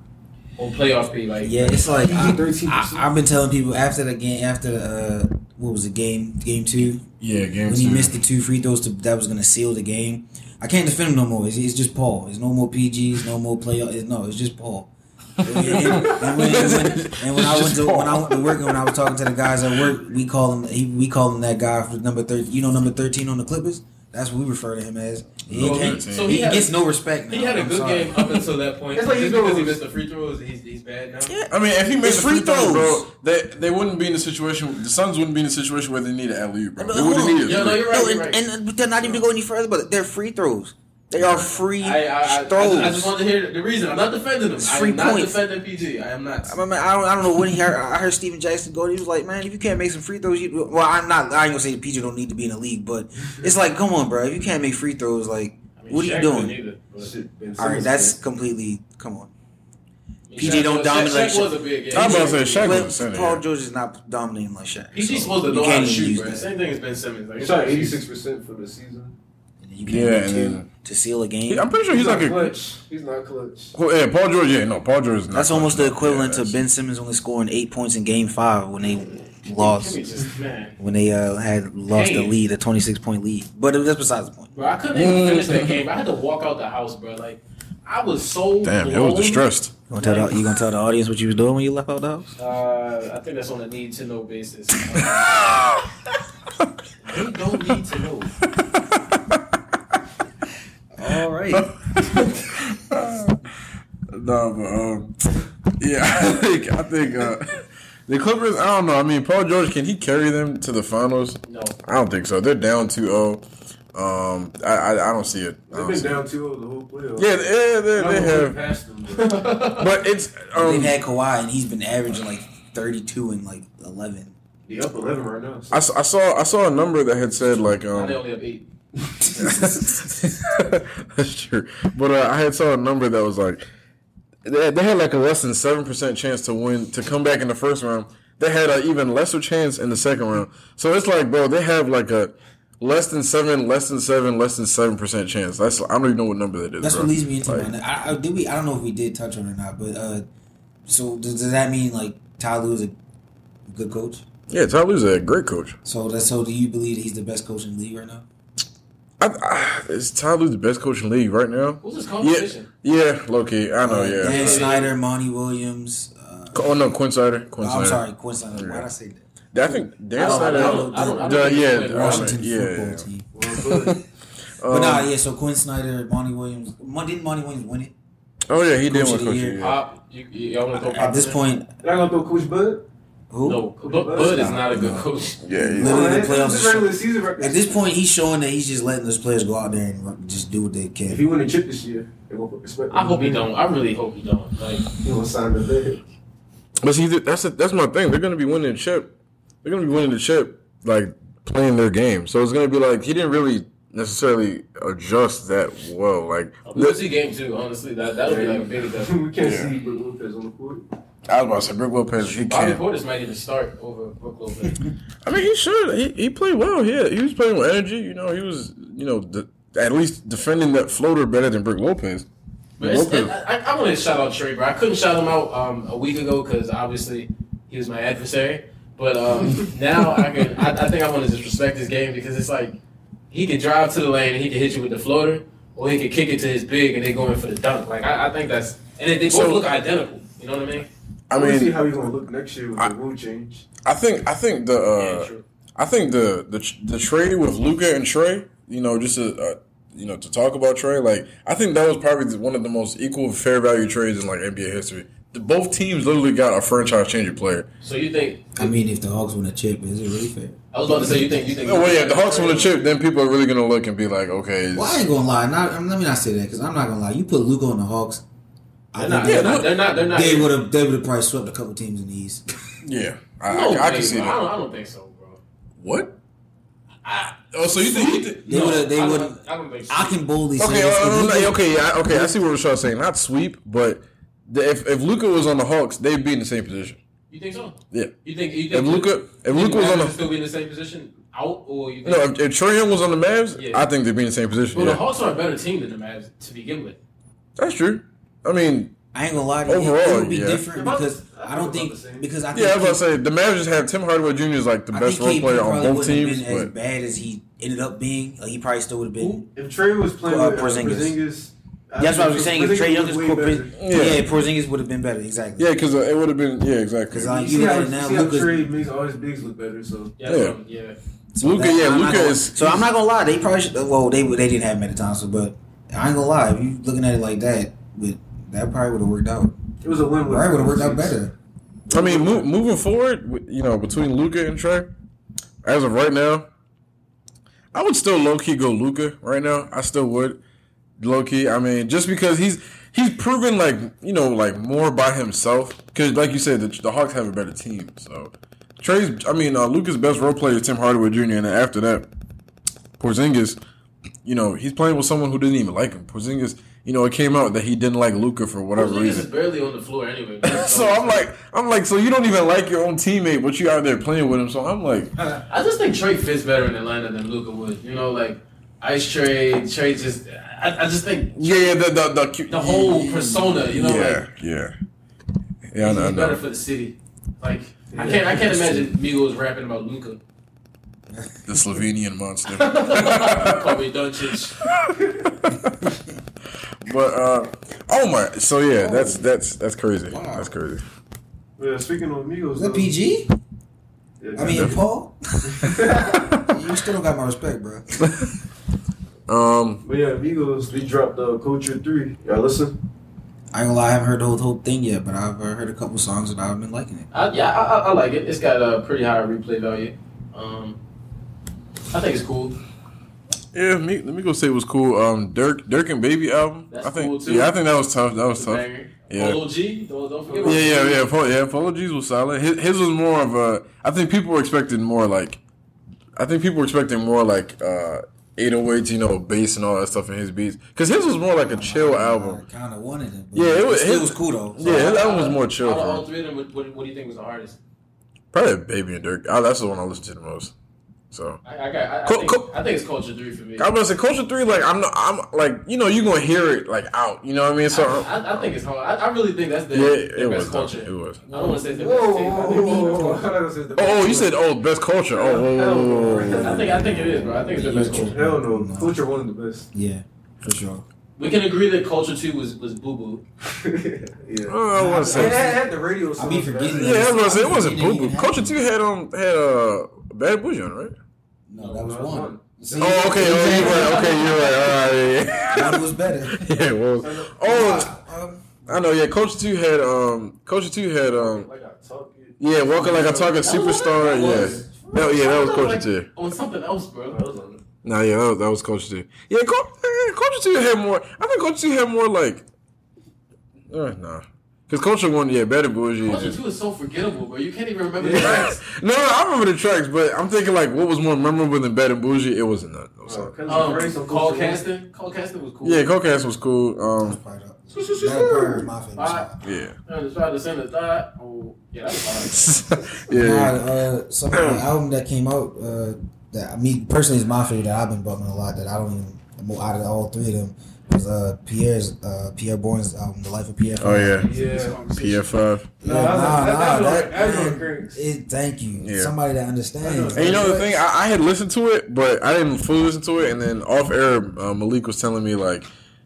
Speaker 3: or playoff P like
Speaker 2: yeah, it's like I,
Speaker 4: Thirteen percent.
Speaker 2: I, I've been telling people after the game, after the, uh, what was the game, game two,
Speaker 1: Yeah, game
Speaker 2: when
Speaker 1: two.
Speaker 2: he missed the two free throws to, that was going to seal the game. I can't defend him no more. It's, it's just Paul. It's no more PGs, no more playoff. It's, no, it's just Paul. and, and- and when, and when- and when I went to when I went to work and when I was talking to the guys at work, we call him he, we call him that guy for number thirteen. You know, number thirteen on the Clippers. That's what we refer to him as. He,
Speaker 3: so,
Speaker 2: can't-
Speaker 3: he, so
Speaker 2: he
Speaker 3: he, had,
Speaker 2: gets no respect. Now.
Speaker 3: he had a
Speaker 2: I'm
Speaker 3: good
Speaker 2: sorry.
Speaker 3: game up until that point
Speaker 4: That's like
Speaker 3: just
Speaker 4: you
Speaker 3: because he
Speaker 4: know-
Speaker 3: missed the free throws he's, he's bad now
Speaker 1: I mean, if he missed the
Speaker 2: It's
Speaker 1: free
Speaker 2: free
Speaker 1: throws,
Speaker 2: throws.
Speaker 1: bro, they they wouldn't be in the situation. The Suns wouldn't be in the situation where they need an alley oop, bro.
Speaker 2: But
Speaker 1: They
Speaker 2: hold
Speaker 1: wouldn't
Speaker 2: on.
Speaker 1: need it.
Speaker 3: Yeah, no, you're right.
Speaker 2: No, and, and but they're not even to go any further, but they're free throws. They are free
Speaker 3: I, I, I, I,
Speaker 2: throws.
Speaker 3: just, I just wanted to hear the reason. I'm not defending him. I
Speaker 2: Free
Speaker 3: am not
Speaker 2: points.
Speaker 3: defending PG. I am not.
Speaker 2: I, mean, I don't. I don't know when he heard. I heard Steven Jackson go. He was like, "Man, if you can't make some free throws, you." Well, I'm not. I ain't gonna say PG don't need to be in the league, but it's like, come on, bro. If you can't make free throws, like,
Speaker 3: I mean,
Speaker 2: what are you
Speaker 3: Shaq
Speaker 2: doing?
Speaker 3: couldn't either, but-
Speaker 4: Shit, Ben
Speaker 2: all right,
Speaker 4: Simmons,
Speaker 2: that's completely. Come on.
Speaker 3: I mean,
Speaker 2: PG
Speaker 3: Shaq
Speaker 2: don't
Speaker 3: was-
Speaker 2: dominate
Speaker 3: Shaq was a big
Speaker 1: I'm about to say
Speaker 3: game.
Speaker 1: Shaq
Speaker 2: But
Speaker 1: was a center.
Speaker 2: Paul George is not dominating like Shaq.
Speaker 3: PG's
Speaker 2: so
Speaker 3: supposed to
Speaker 2: you
Speaker 3: know how
Speaker 2: can't
Speaker 3: to
Speaker 2: even
Speaker 3: shoot,
Speaker 2: use
Speaker 3: bro.
Speaker 2: that.
Speaker 3: Same thing as Ben Simmons.
Speaker 4: man.
Speaker 3: Like,
Speaker 4: He shot eighty six percent for the season.
Speaker 6: You can't
Speaker 1: Yeah,
Speaker 6: do
Speaker 1: and
Speaker 6: to-
Speaker 1: then-
Speaker 6: to seal a game.
Speaker 1: He- I'm pretty sure he's
Speaker 4: not
Speaker 1: like a.
Speaker 4: clutch. He's not clutch.
Speaker 1: Well, yeah, Paul George. Yeah, no, Paul George. Is not
Speaker 2: That's
Speaker 1: clutch.
Speaker 2: almost the
Speaker 1: Yeah,
Speaker 2: equivalent to
Speaker 1: that's-
Speaker 2: Ben Simmons only scoring eight points in Game Five when they lost.
Speaker 3: Give me just- man.
Speaker 2: When they uh, had lost the
Speaker 3: Damn.
Speaker 2: lead, a twenty-six point lead, but that's besides the point.
Speaker 3: Bro, I couldn't even finish that game. I had to walk out the house, bro. Like, I was so
Speaker 1: Damn, it
Speaker 3: blown.
Speaker 1: was distressed.
Speaker 2: You gonna tell the, you gonna tell the audience what you was doing when you left out the house?
Speaker 3: Uh, I think that's on a need to know basis. you don't need to know.
Speaker 2: All right.
Speaker 1: No, but um, yeah, I think I think uh, the Clippers. I don't know. I mean, Paul George can he carry them to the finals?
Speaker 3: No,
Speaker 1: I don't think so. They're down 2-0. Um, I I, I don't see it. I
Speaker 6: Oh,
Speaker 1: don't
Speaker 4: They've been
Speaker 1: see it.
Speaker 4: down 2 the whole playoff.
Speaker 1: Yeah, yeah, they,
Speaker 4: I'm
Speaker 1: they
Speaker 4: gonna look
Speaker 1: have,
Speaker 4: past them, bro.
Speaker 1: but it's um,
Speaker 6: They've had Kawhi and he's been averaging like 32 and like 11.
Speaker 4: They up 11 right now. So.
Speaker 1: I, s- I saw I saw a number that had said like
Speaker 3: now they
Speaker 1: um
Speaker 3: only have eight.
Speaker 1: that's true, but uh, I had saw a number that was like they, they had like a less than seven percent chance to win to come back in the first round. They had an even lesser chance in the second round. So it's like, bro, they have like a less than seven, less than seven, less than seven percent chance. That's I don't even know what number that is.
Speaker 6: That's
Speaker 1: bro.
Speaker 6: what leads me into
Speaker 1: Like,
Speaker 6: my. I, I, did we? I don't know if we did touch on it or not, but uh, so does, does that mean like Ty Lue is a good coach?
Speaker 1: yeah, Ty Lue's a great coach.
Speaker 6: So that's so. Do you believe he's the best coach in the league right now?
Speaker 1: I, I, is Ty Lue the best coach in the league right now?
Speaker 3: Who's this
Speaker 1: Yeah,
Speaker 3: competition?
Speaker 1: yeah, Loki. I
Speaker 6: Uh,
Speaker 1: know. yeah.
Speaker 6: Dan
Speaker 3: Yeah.
Speaker 6: Snyder, Monty Williams. Uh,
Speaker 1: Oh no, Quinn Snyder. Quinn
Speaker 6: I'm Oh,
Speaker 1: Snyder.
Speaker 6: sorry, Quinn Snyder. Why did I say that?
Speaker 1: I think Dan
Speaker 3: I
Speaker 1: Snyder.
Speaker 3: don't- I don't- I don't- I don't
Speaker 1: Uh,
Speaker 3: think
Speaker 1: yeah,
Speaker 3: it's
Speaker 1: the
Speaker 3: Quinn.
Speaker 6: Washington
Speaker 1: yeah,
Speaker 6: football
Speaker 1: yeah.
Speaker 6: team.
Speaker 4: Well, but
Speaker 6: But
Speaker 1: Um,
Speaker 6: nah, yeah. So Quinn Snyder, Monty Williams. Mon- Didn't Monty Williams win it?
Speaker 1: Oh yeah, he
Speaker 6: Coach
Speaker 1: did win
Speaker 6: of the
Speaker 1: coach.
Speaker 6: year.
Speaker 1: of the year.
Speaker 3: Pop, you, you, y'all want to throw
Speaker 6: At
Speaker 3: Pop
Speaker 6: this
Speaker 3: in?
Speaker 6: point,
Speaker 4: They're not going to throw Coach Bud.
Speaker 6: who?
Speaker 3: no. Bud, Bud is not a good coach.
Speaker 1: Yeah, yeah.
Speaker 6: Literally, the
Speaker 4: Well,
Speaker 6: playoffs
Speaker 4: this
Speaker 6: are-
Speaker 4: is regular season record.
Speaker 6: At this point, he's showing that he's just letting those players go out there and run- just do what they
Speaker 4: if
Speaker 6: can.
Speaker 4: he win a chip this year, they won't put respect.
Speaker 3: I hope he don't. I really hope he don't. Like,
Speaker 4: He won't sign the bid.
Speaker 1: But see, th- that's the- that's my thing. They're gonna be winning the chip. They're gonna be winning the chip, like playing their game. So it's gonna be like he didn't really necessarily adjust that well. Like
Speaker 3: we will Oh, see game two, honestly. That that would be like a big uh, adjustment.
Speaker 4: We can't
Speaker 1: Yeah.
Speaker 4: see Brook Lopez on the court.
Speaker 1: I was about to say, Brook Lopez. He
Speaker 3: Bobby
Speaker 1: can't.
Speaker 3: Portis might even start over Brook Lopez.
Speaker 1: I mean, he should. He he played well. Yeah, he was playing with energy. You know, he was. You know, de- at least defending that floater better than Brook Lopez.
Speaker 3: But it's,
Speaker 1: Lopez.
Speaker 3: I, I, I want to shout out Trey, bro. I couldn't shout him out um, a week ago because obviously he was my adversary. But um, now I can. I, I think I want to just respect his game because it's like he can drive to the lane and he can hit you with the floater, or he can kick it to his big and they going for the dunk. Like I, I think that's and they, they both
Speaker 1: So-
Speaker 3: look identical. You know what I mean?
Speaker 1: I
Speaker 4: We'll see
Speaker 1: mean,
Speaker 4: how he's going to look next year with
Speaker 1: I-
Speaker 4: the rule change.
Speaker 1: I think I think the uh,
Speaker 3: yeah, true.
Speaker 1: I think the the the trade with Luca and Trey, you know, just to, uh, you know to talk about Trey, like I think that was probably one of the most equal fair value trades in like NBA history. The, both teams literally got a franchise changing player.
Speaker 3: So you think?
Speaker 6: I mean, if the Hawks win a chip, is it really fair?
Speaker 3: I was about to say you think you think.
Speaker 1: No way, if Oh, the Hawks win the chip, then people are really gonna look and be like, okay, it's-
Speaker 6: Well, I ain't gonna lie. Not, I'm, let me not say that because I'm not gonna lie. You put Luca on the Hawks, I
Speaker 3: They're not.
Speaker 6: think
Speaker 3: They're not. They're not. They're not
Speaker 6: they would have they would have probably swept a couple teams in the East.
Speaker 1: yeah, I,
Speaker 3: No,
Speaker 1: I, I
Speaker 3: way,
Speaker 1: can see
Speaker 3: bro. I
Speaker 1: that.
Speaker 3: don't, I don't think so, bro.
Speaker 1: What?
Speaker 3: I,
Speaker 1: Oh, so you think? You think
Speaker 6: They
Speaker 3: no,
Speaker 6: would have. They
Speaker 3: I
Speaker 6: would.
Speaker 3: don't- I don't think so.
Speaker 6: I can boldly say
Speaker 1: okay,
Speaker 6: this.
Speaker 1: uh,
Speaker 6: If
Speaker 1: no, no,
Speaker 6: Luka-
Speaker 1: okay, yeah, I- okay. I see what Rashad's saying. Not sweep, but the, if if Luca was on the Hawks, they'd be in the same position.
Speaker 3: You think so?
Speaker 1: Yeah.
Speaker 3: You think? You think?
Speaker 1: If Luca, if
Speaker 3: You
Speaker 1: Luca was on the
Speaker 3: still be in the same position out, or you think?
Speaker 1: No, if, if Trey Young was on the Mavs,
Speaker 3: Yeah.
Speaker 1: I think they'd be in the same position.
Speaker 3: well,
Speaker 1: yeah.
Speaker 3: the Hawks are a better team than the Mavs to begin with.
Speaker 1: That's true. I mean,
Speaker 6: I ain't gonna lie. To you,
Speaker 1: Overall,
Speaker 6: it would be
Speaker 1: yeah.
Speaker 6: different
Speaker 4: About-
Speaker 6: because I don't
Speaker 4: about
Speaker 6: think
Speaker 4: the same.
Speaker 6: because I think
Speaker 1: yeah, I was about
Speaker 6: K-
Speaker 1: to say the Mavs just have Tim Hardaway Jr. is like the
Speaker 6: I
Speaker 1: best
Speaker 6: think
Speaker 1: role
Speaker 6: KP
Speaker 1: player on
Speaker 6: probably
Speaker 1: both
Speaker 6: wouldn't have
Speaker 1: teams.
Speaker 6: been as
Speaker 1: But
Speaker 6: bad as he ended up being. Like, he probably still would have been.
Speaker 4: If Trey was playing
Speaker 6: Uh,
Speaker 4: with uh,
Speaker 6: Porzingis.
Speaker 4: Porzingis, I
Speaker 6: That's what I was
Speaker 4: think
Speaker 6: saying. If Trey Young
Speaker 4: was
Speaker 6: is
Speaker 4: way better.
Speaker 6: corporate,
Speaker 1: Yeah.
Speaker 6: yeah. Porzingis would have been better. Exactly.
Speaker 1: yeah, because uh, it would have been yeah, exactly.
Speaker 6: 'Cause I-
Speaker 4: You
Speaker 6: uh, You
Speaker 4: see
Speaker 6: look
Speaker 4: how,
Speaker 6: at it
Speaker 4: you
Speaker 6: now,
Speaker 4: see how
Speaker 6: Luka's-
Speaker 4: Trey makes all his bigs look better. So
Speaker 3: Yeah.
Speaker 1: Yeah.
Speaker 3: so, yeah.
Speaker 6: So
Speaker 1: Luka,
Speaker 6: that-
Speaker 1: yeah,
Speaker 6: I'm not
Speaker 1: Luka
Speaker 6: gonna-
Speaker 1: is-
Speaker 6: So I'm not gonna lie, they probably should, well they they didn't have Meta Thompson, but I ain't gonna lie, if you looking at it like that, but that probably would have worked out.
Speaker 4: it was a win.
Speaker 6: Probably would have worked out better.
Speaker 1: I mean, mo- moving forward, w- you know, between Luca and Trey, as of right now, I would still low key go Luca right now. I still would. low key. I mean, just because he's he's proven like you know like more by himself. Because like you said, the, the Hawks have a better team. So Trey's, I mean, uh, Luca's best role player is Tim Hardaway Jr. And then after that, Porzingis. You know, he's playing with someone who didn't even like him. Porzingis. You know, it came out that he didn't like Luca for whatever
Speaker 3: Porzingis is
Speaker 1: reason.
Speaker 3: barely on the floor anyway.
Speaker 1: So I'm like, I'm like, so you don't even like your own teammate, but you out there playing with him. So I'm like,
Speaker 3: I just think Trey fits better in Atlanta than Luca would. You know, like Ice Trey, Trey just. I, I just think
Speaker 1: yeah, yeah, the the the, cu-
Speaker 3: the whole persona. You know,
Speaker 1: yeah,
Speaker 3: like
Speaker 1: yeah, yeah. I know, I
Speaker 3: he's better
Speaker 1: know.
Speaker 3: for the city. Like I can't, I can't imagine Migos rapping about Luca.
Speaker 1: The Slovenian monster.
Speaker 3: Kobe Doncic.
Speaker 1: But uh, oh my, so yeah, that's that's that's crazy. That's crazy.
Speaker 4: Yeah, speaking of Migos,
Speaker 6: Is that
Speaker 4: though,
Speaker 6: PG?
Speaker 4: yeah,
Speaker 6: I mean, Paul? you still don't got my respect, bro.
Speaker 1: Um,
Speaker 4: but yeah, Migos, we dropped uh, Culture Three. Y'all listen.
Speaker 6: I ain't gonna lie, I haven't heard the whole, whole thing yet, but I've uh, heard a couple songs and I've been liking it.
Speaker 3: I, yeah, I, I, I like it. It's got a pretty high replay value. Um, I think it's cool.
Speaker 1: yeah, me, let me go say it was cool. Um, Dirk Dirk and Baby album.
Speaker 3: That's
Speaker 1: I think
Speaker 3: cool, too.
Speaker 1: yeah, I think that was tough. That was
Speaker 3: It's
Speaker 1: tough.
Speaker 3: a banger.
Speaker 1: Yeah.
Speaker 3: Polo G, don't, don't forget.
Speaker 1: Yeah,
Speaker 3: about
Speaker 1: yeah,
Speaker 3: Polo G.
Speaker 1: yeah. Paul, yeah, apologies was solid. His, his was more of a. I think people were expecting more like. I think people were expecting more like uh, 808s, you know, bass and all that stuff in his beats. Because his was more like a chill album.
Speaker 6: I kind of wanted it. But
Speaker 1: Yeah, it was-
Speaker 6: still
Speaker 1: it-
Speaker 6: was cool though.
Speaker 1: Yeah, his album was more
Speaker 3: Out
Speaker 1: chill.
Speaker 3: of all
Speaker 1: Bro.
Speaker 3: three of them, what, what, what do you think was the hardest?
Speaker 1: Probably Baby and Dirk. I, that's the one I listen to the most. So
Speaker 3: I, I, got- I, I,
Speaker 1: Cool,
Speaker 3: think,
Speaker 1: cool.
Speaker 3: I think it's Culture 3 for me.
Speaker 1: I'm gonna say Culture Three. Like I'm, not, I'm like you know, you're gonna hear it like out. You know what I mean? So
Speaker 3: I, I, I think it's hard. I, I really think that's the,
Speaker 1: uh, yeah, it,
Speaker 3: the best
Speaker 1: was. uh,
Speaker 3: culture.
Speaker 1: It was.
Speaker 3: I don't want to say it's the
Speaker 4: Whoa,
Speaker 3: best
Speaker 4: whoa,
Speaker 3: team. I
Speaker 4: whoa,
Speaker 3: think,
Speaker 4: whoa, whoa. I thought I said the
Speaker 1: Oh, oh, you
Speaker 4: best
Speaker 1: said oh, best culture. Oh, whoa, whoa, whoa, whoa, whoa.
Speaker 3: I think I think it is, bro. I think it's the best
Speaker 4: one.
Speaker 3: culture.
Speaker 4: Hell no, Culture one of the best.
Speaker 6: Yeah, for sure.
Speaker 3: We can agree that culture two was was boo boo.
Speaker 4: yeah.
Speaker 1: Oh, I want to
Speaker 4: It
Speaker 1: say.
Speaker 4: had, had the radio.
Speaker 6: I
Speaker 4: songs,
Speaker 6: be
Speaker 4: man.
Speaker 6: forgetting.
Speaker 1: Yeah, I was gonna say it wasn't
Speaker 6: Didn't
Speaker 1: boo
Speaker 6: even
Speaker 1: boo.
Speaker 6: happen.
Speaker 1: Culture Two had um had a uh, bad bougie on it, right?
Speaker 6: No, that was
Speaker 4: That was
Speaker 6: one.
Speaker 4: one.
Speaker 6: See,
Speaker 1: Oh, okay. Oh, you're right. Okay, you're right. All right. Yeah.
Speaker 6: One was better.
Speaker 1: yeah, it was. Oh, I know. Yeah, Culture Two had um Culture Two had um
Speaker 4: Like I talk it.
Speaker 1: yeah walking like I talk a superstar. Oh, Yeah. No, yeah, that was Culture Two.
Speaker 3: On something else, bro.
Speaker 4: I was on it.
Speaker 1: Nah, yeah, that was, that was Coach T. Yeah, Co- yeah, Coach T had more. I think Coach T had more like. Uh, nah, because Coach one, yeah, better bougie.
Speaker 3: Culture
Speaker 1: Just,
Speaker 3: two is so forgettable, bro. You can't even remember the tracks.
Speaker 1: no, no, I remember the tracks, but I'm thinking like, what was more memorable than better bougie? It wasn't that. I'm sorry.
Speaker 3: Um, Cole Caston. Cole Caston was cool.
Speaker 1: Yeah, Cocast was cool. Um,
Speaker 6: That part was my favorite. song.
Speaker 3: I,
Speaker 1: yeah,
Speaker 3: I just tried to send a thought. Oh, yeah, that was
Speaker 1: yeah.
Speaker 6: Nah, uh, some of the album that came out uh, that I mean personally is my favorite that I've been bumping a lot that I don't even mo- out of all three of them was uh, Pierre's uh, Pierre Bourne's album The Life of Pierre.
Speaker 1: Oh yeah,
Speaker 4: Yeah.
Speaker 1: PF five.
Speaker 6: Yeah,
Speaker 4: No, that's-
Speaker 6: nah, nah,
Speaker 4: that's- that's what-
Speaker 6: that-
Speaker 4: that's what
Speaker 6: man,
Speaker 4: Greg's-
Speaker 6: it, thank you.
Speaker 1: Yeah.
Speaker 6: Somebody that understands.
Speaker 1: And you know the thing, I, I had listened to it, but I didn't fully listen to it. And then off air, uh, Malik was telling me like,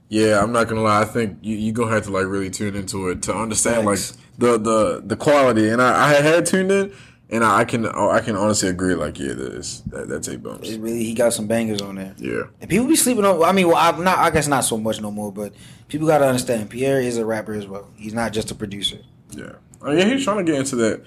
Speaker 1: "Yeah, I'm not gonna lie. I think you you gonna have to like really tune into it to understand
Speaker 6: Thanks.
Speaker 1: like the the the quality." And I, I had, had tuned in, and I, I can I can honestly agree like, yeah, this that, that tape bumps.
Speaker 2: It really, he got some bangers on there.
Speaker 1: Yeah,
Speaker 2: And people be sleeping on. I mean, well, I'm not. I guess not so much no more. But people gotta understand. Pierre is a rapper as well. He's not just a producer.
Speaker 1: yeah. Oh yeah, he's trying to get into that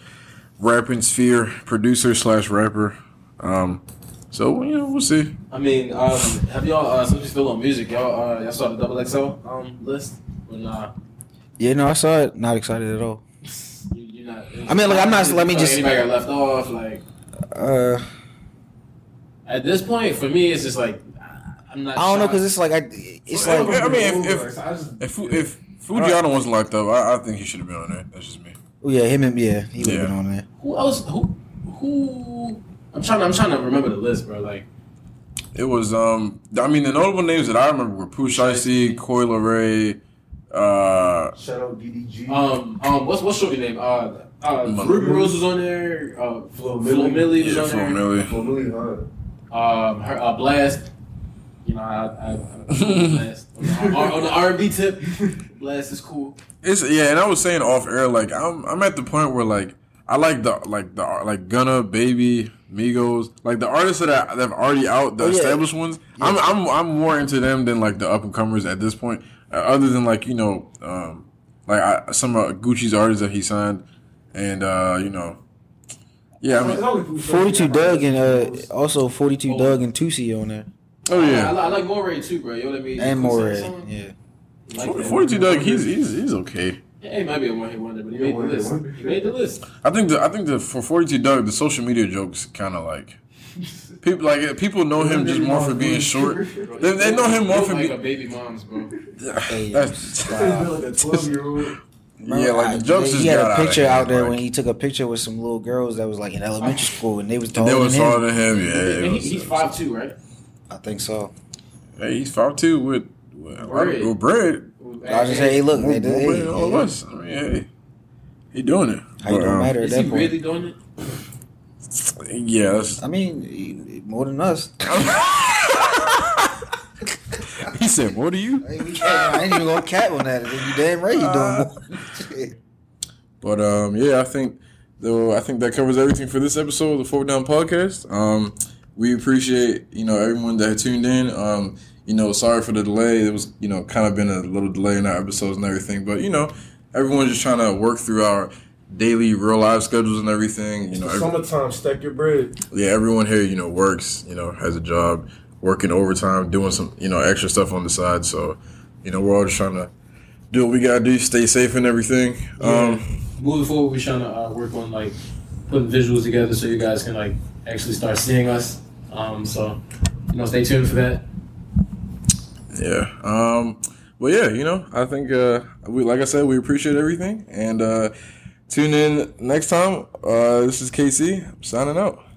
Speaker 1: rapping sphere, producer slash rapper. Um, so you know, we'll see.
Speaker 3: I mean, um, have y'all uh, since we still on music, y'all uh, y'all saw the double XL um list? Well, nah,
Speaker 2: Yeah, no, I saw it. Not excited at all.
Speaker 3: you, you're not.
Speaker 2: I mean, look, I'm not- let me
Speaker 3: like,
Speaker 2: just-
Speaker 3: Anybody got left off? Like
Speaker 2: Uh,
Speaker 3: at this point, for me, it's just like I'm not.
Speaker 2: I don't know
Speaker 3: shocked.
Speaker 2: because it's like I. It's
Speaker 1: Well,
Speaker 2: like
Speaker 1: I mean, if- if-
Speaker 4: I just-
Speaker 1: If Fu- if Fujiano was locked up, I, I think he should have been on there. That's just me.
Speaker 2: oh, yeah, him and yeah, he would have
Speaker 1: Yeah.
Speaker 2: been on there.
Speaker 3: who else? Who who? I'm trying. I'm trying to remember the list, bro. Like
Speaker 1: It was um I mean the notable names that I remember were Pooh Shiesty, Coy Ray, uh
Speaker 4: Shout out DDG.
Speaker 3: um um what's what's your name? Uh uh
Speaker 1: Mo-
Speaker 3: Ruby Rose was on there. Uh, Flo
Speaker 4: Flo
Speaker 3: Millie,
Speaker 4: Milli.
Speaker 3: was
Speaker 1: yeah,
Speaker 3: on
Speaker 1: Flo
Speaker 3: there.
Speaker 1: Milli.
Speaker 4: Well, really, huh?
Speaker 3: Um, her uh, blast. You know, I, I, I, blast on the, R- on the R&B tip. Blast is cool.
Speaker 1: It's yeah, and I was saying off air like I'm I'm at the point where like I like the like the like Gunna, Baby, Migos, like the artists that I, that are already out, the
Speaker 2: yeah.
Speaker 1: established ones. I'm I'm I'm more into them than like the up and comers at this point. Uh, other than like you know um like I, some uh, Gucci's artists that he signed, and uh you know yeah I mean
Speaker 4: It's only Pooh Shiesty.
Speaker 2: Forty two Doug and uh, also forty two
Speaker 3: Oh.
Speaker 2: Doug and Tusi on there.
Speaker 1: Oh
Speaker 3: I,
Speaker 1: yeah.
Speaker 3: li- I like Moray too, bro. You know what I mean?
Speaker 6: and
Speaker 3: Clips
Speaker 6: more
Speaker 3: that
Speaker 6: red.
Speaker 3: song.
Speaker 6: Yeah,
Speaker 3: I like that.
Speaker 1: Forty two Doug, he's he's he's okay.
Speaker 3: Yeah, he might be a one hit wonder, but he
Speaker 4: Yeah,
Speaker 3: made the
Speaker 4: one-hit
Speaker 3: list.
Speaker 4: wonder.
Speaker 3: He made the list.
Speaker 1: I think the I think the for forty two Doug the social media jokes kind of like people like uh, people know him just more for being short. They, they know him more
Speaker 3: Look
Speaker 1: for
Speaker 3: like a
Speaker 1: being
Speaker 3: baby mom's, bro.
Speaker 6: Hey,
Speaker 1: that's
Speaker 6: wow.
Speaker 4: like a 12 year old.
Speaker 1: yeah like the jokes just
Speaker 6: he had
Speaker 1: got
Speaker 6: a picture out,
Speaker 1: out,
Speaker 6: there
Speaker 1: like,
Speaker 6: when he took a picture with some little girls that was like in elementary school, and they was
Speaker 1: they
Speaker 6: taller
Speaker 1: was
Speaker 6: than him.
Speaker 1: taller than him. Yeah, it
Speaker 3: And he,
Speaker 1: was-
Speaker 3: he's five two, right?
Speaker 6: I think so.
Speaker 1: Hey, he's five two with. with a lot of- With bread,
Speaker 6: I was just say, hey, look,
Speaker 1: more,
Speaker 6: they
Speaker 1: more
Speaker 6: did. Hey,
Speaker 1: bread than all of
Speaker 6: yeah.
Speaker 1: us. I mean, hey, he doing it.
Speaker 6: How you
Speaker 1: But,
Speaker 6: don't
Speaker 1: um,
Speaker 6: matter at
Speaker 3: Is he
Speaker 6: that point.
Speaker 3: really doing it?
Speaker 1: Yeah, that's,
Speaker 6: I mean, he- he- more than us.
Speaker 1: he said, "What are you?"
Speaker 6: I ain't even gonna cap on that. You damn right, he
Speaker 1: Uh,
Speaker 6: doing more.
Speaker 1: But um, yeah, I think though I think that covers everything for this episode of the Four Down Podcast. Um, we appreciate you know everyone that tuned in. Um, you know, sorry for the delay. It was you know kind of been a little delay in our episodes and everything, but you know everyone's just trying to work through our daily real life schedules and everything. You know, every-
Speaker 4: Summertime, stack your bread.
Speaker 1: yeah, everyone here, you know, works, you know, has a job, working overtime, doing some, you know, extra stuff on the side. So, you know, we're all just trying to do what we gotta do, stay safe and everything. Um,
Speaker 3: Moving forward, we're trying to uh, work on like putting visuals together so you guys can like actually start seeing us. Um, so you know, stay tuned for that.
Speaker 1: yeah. Um, well, yeah, you know, I think, uh, we, like I said, we appreciate everything. And, uh, tune in next time. Uh, this is KC, signing out.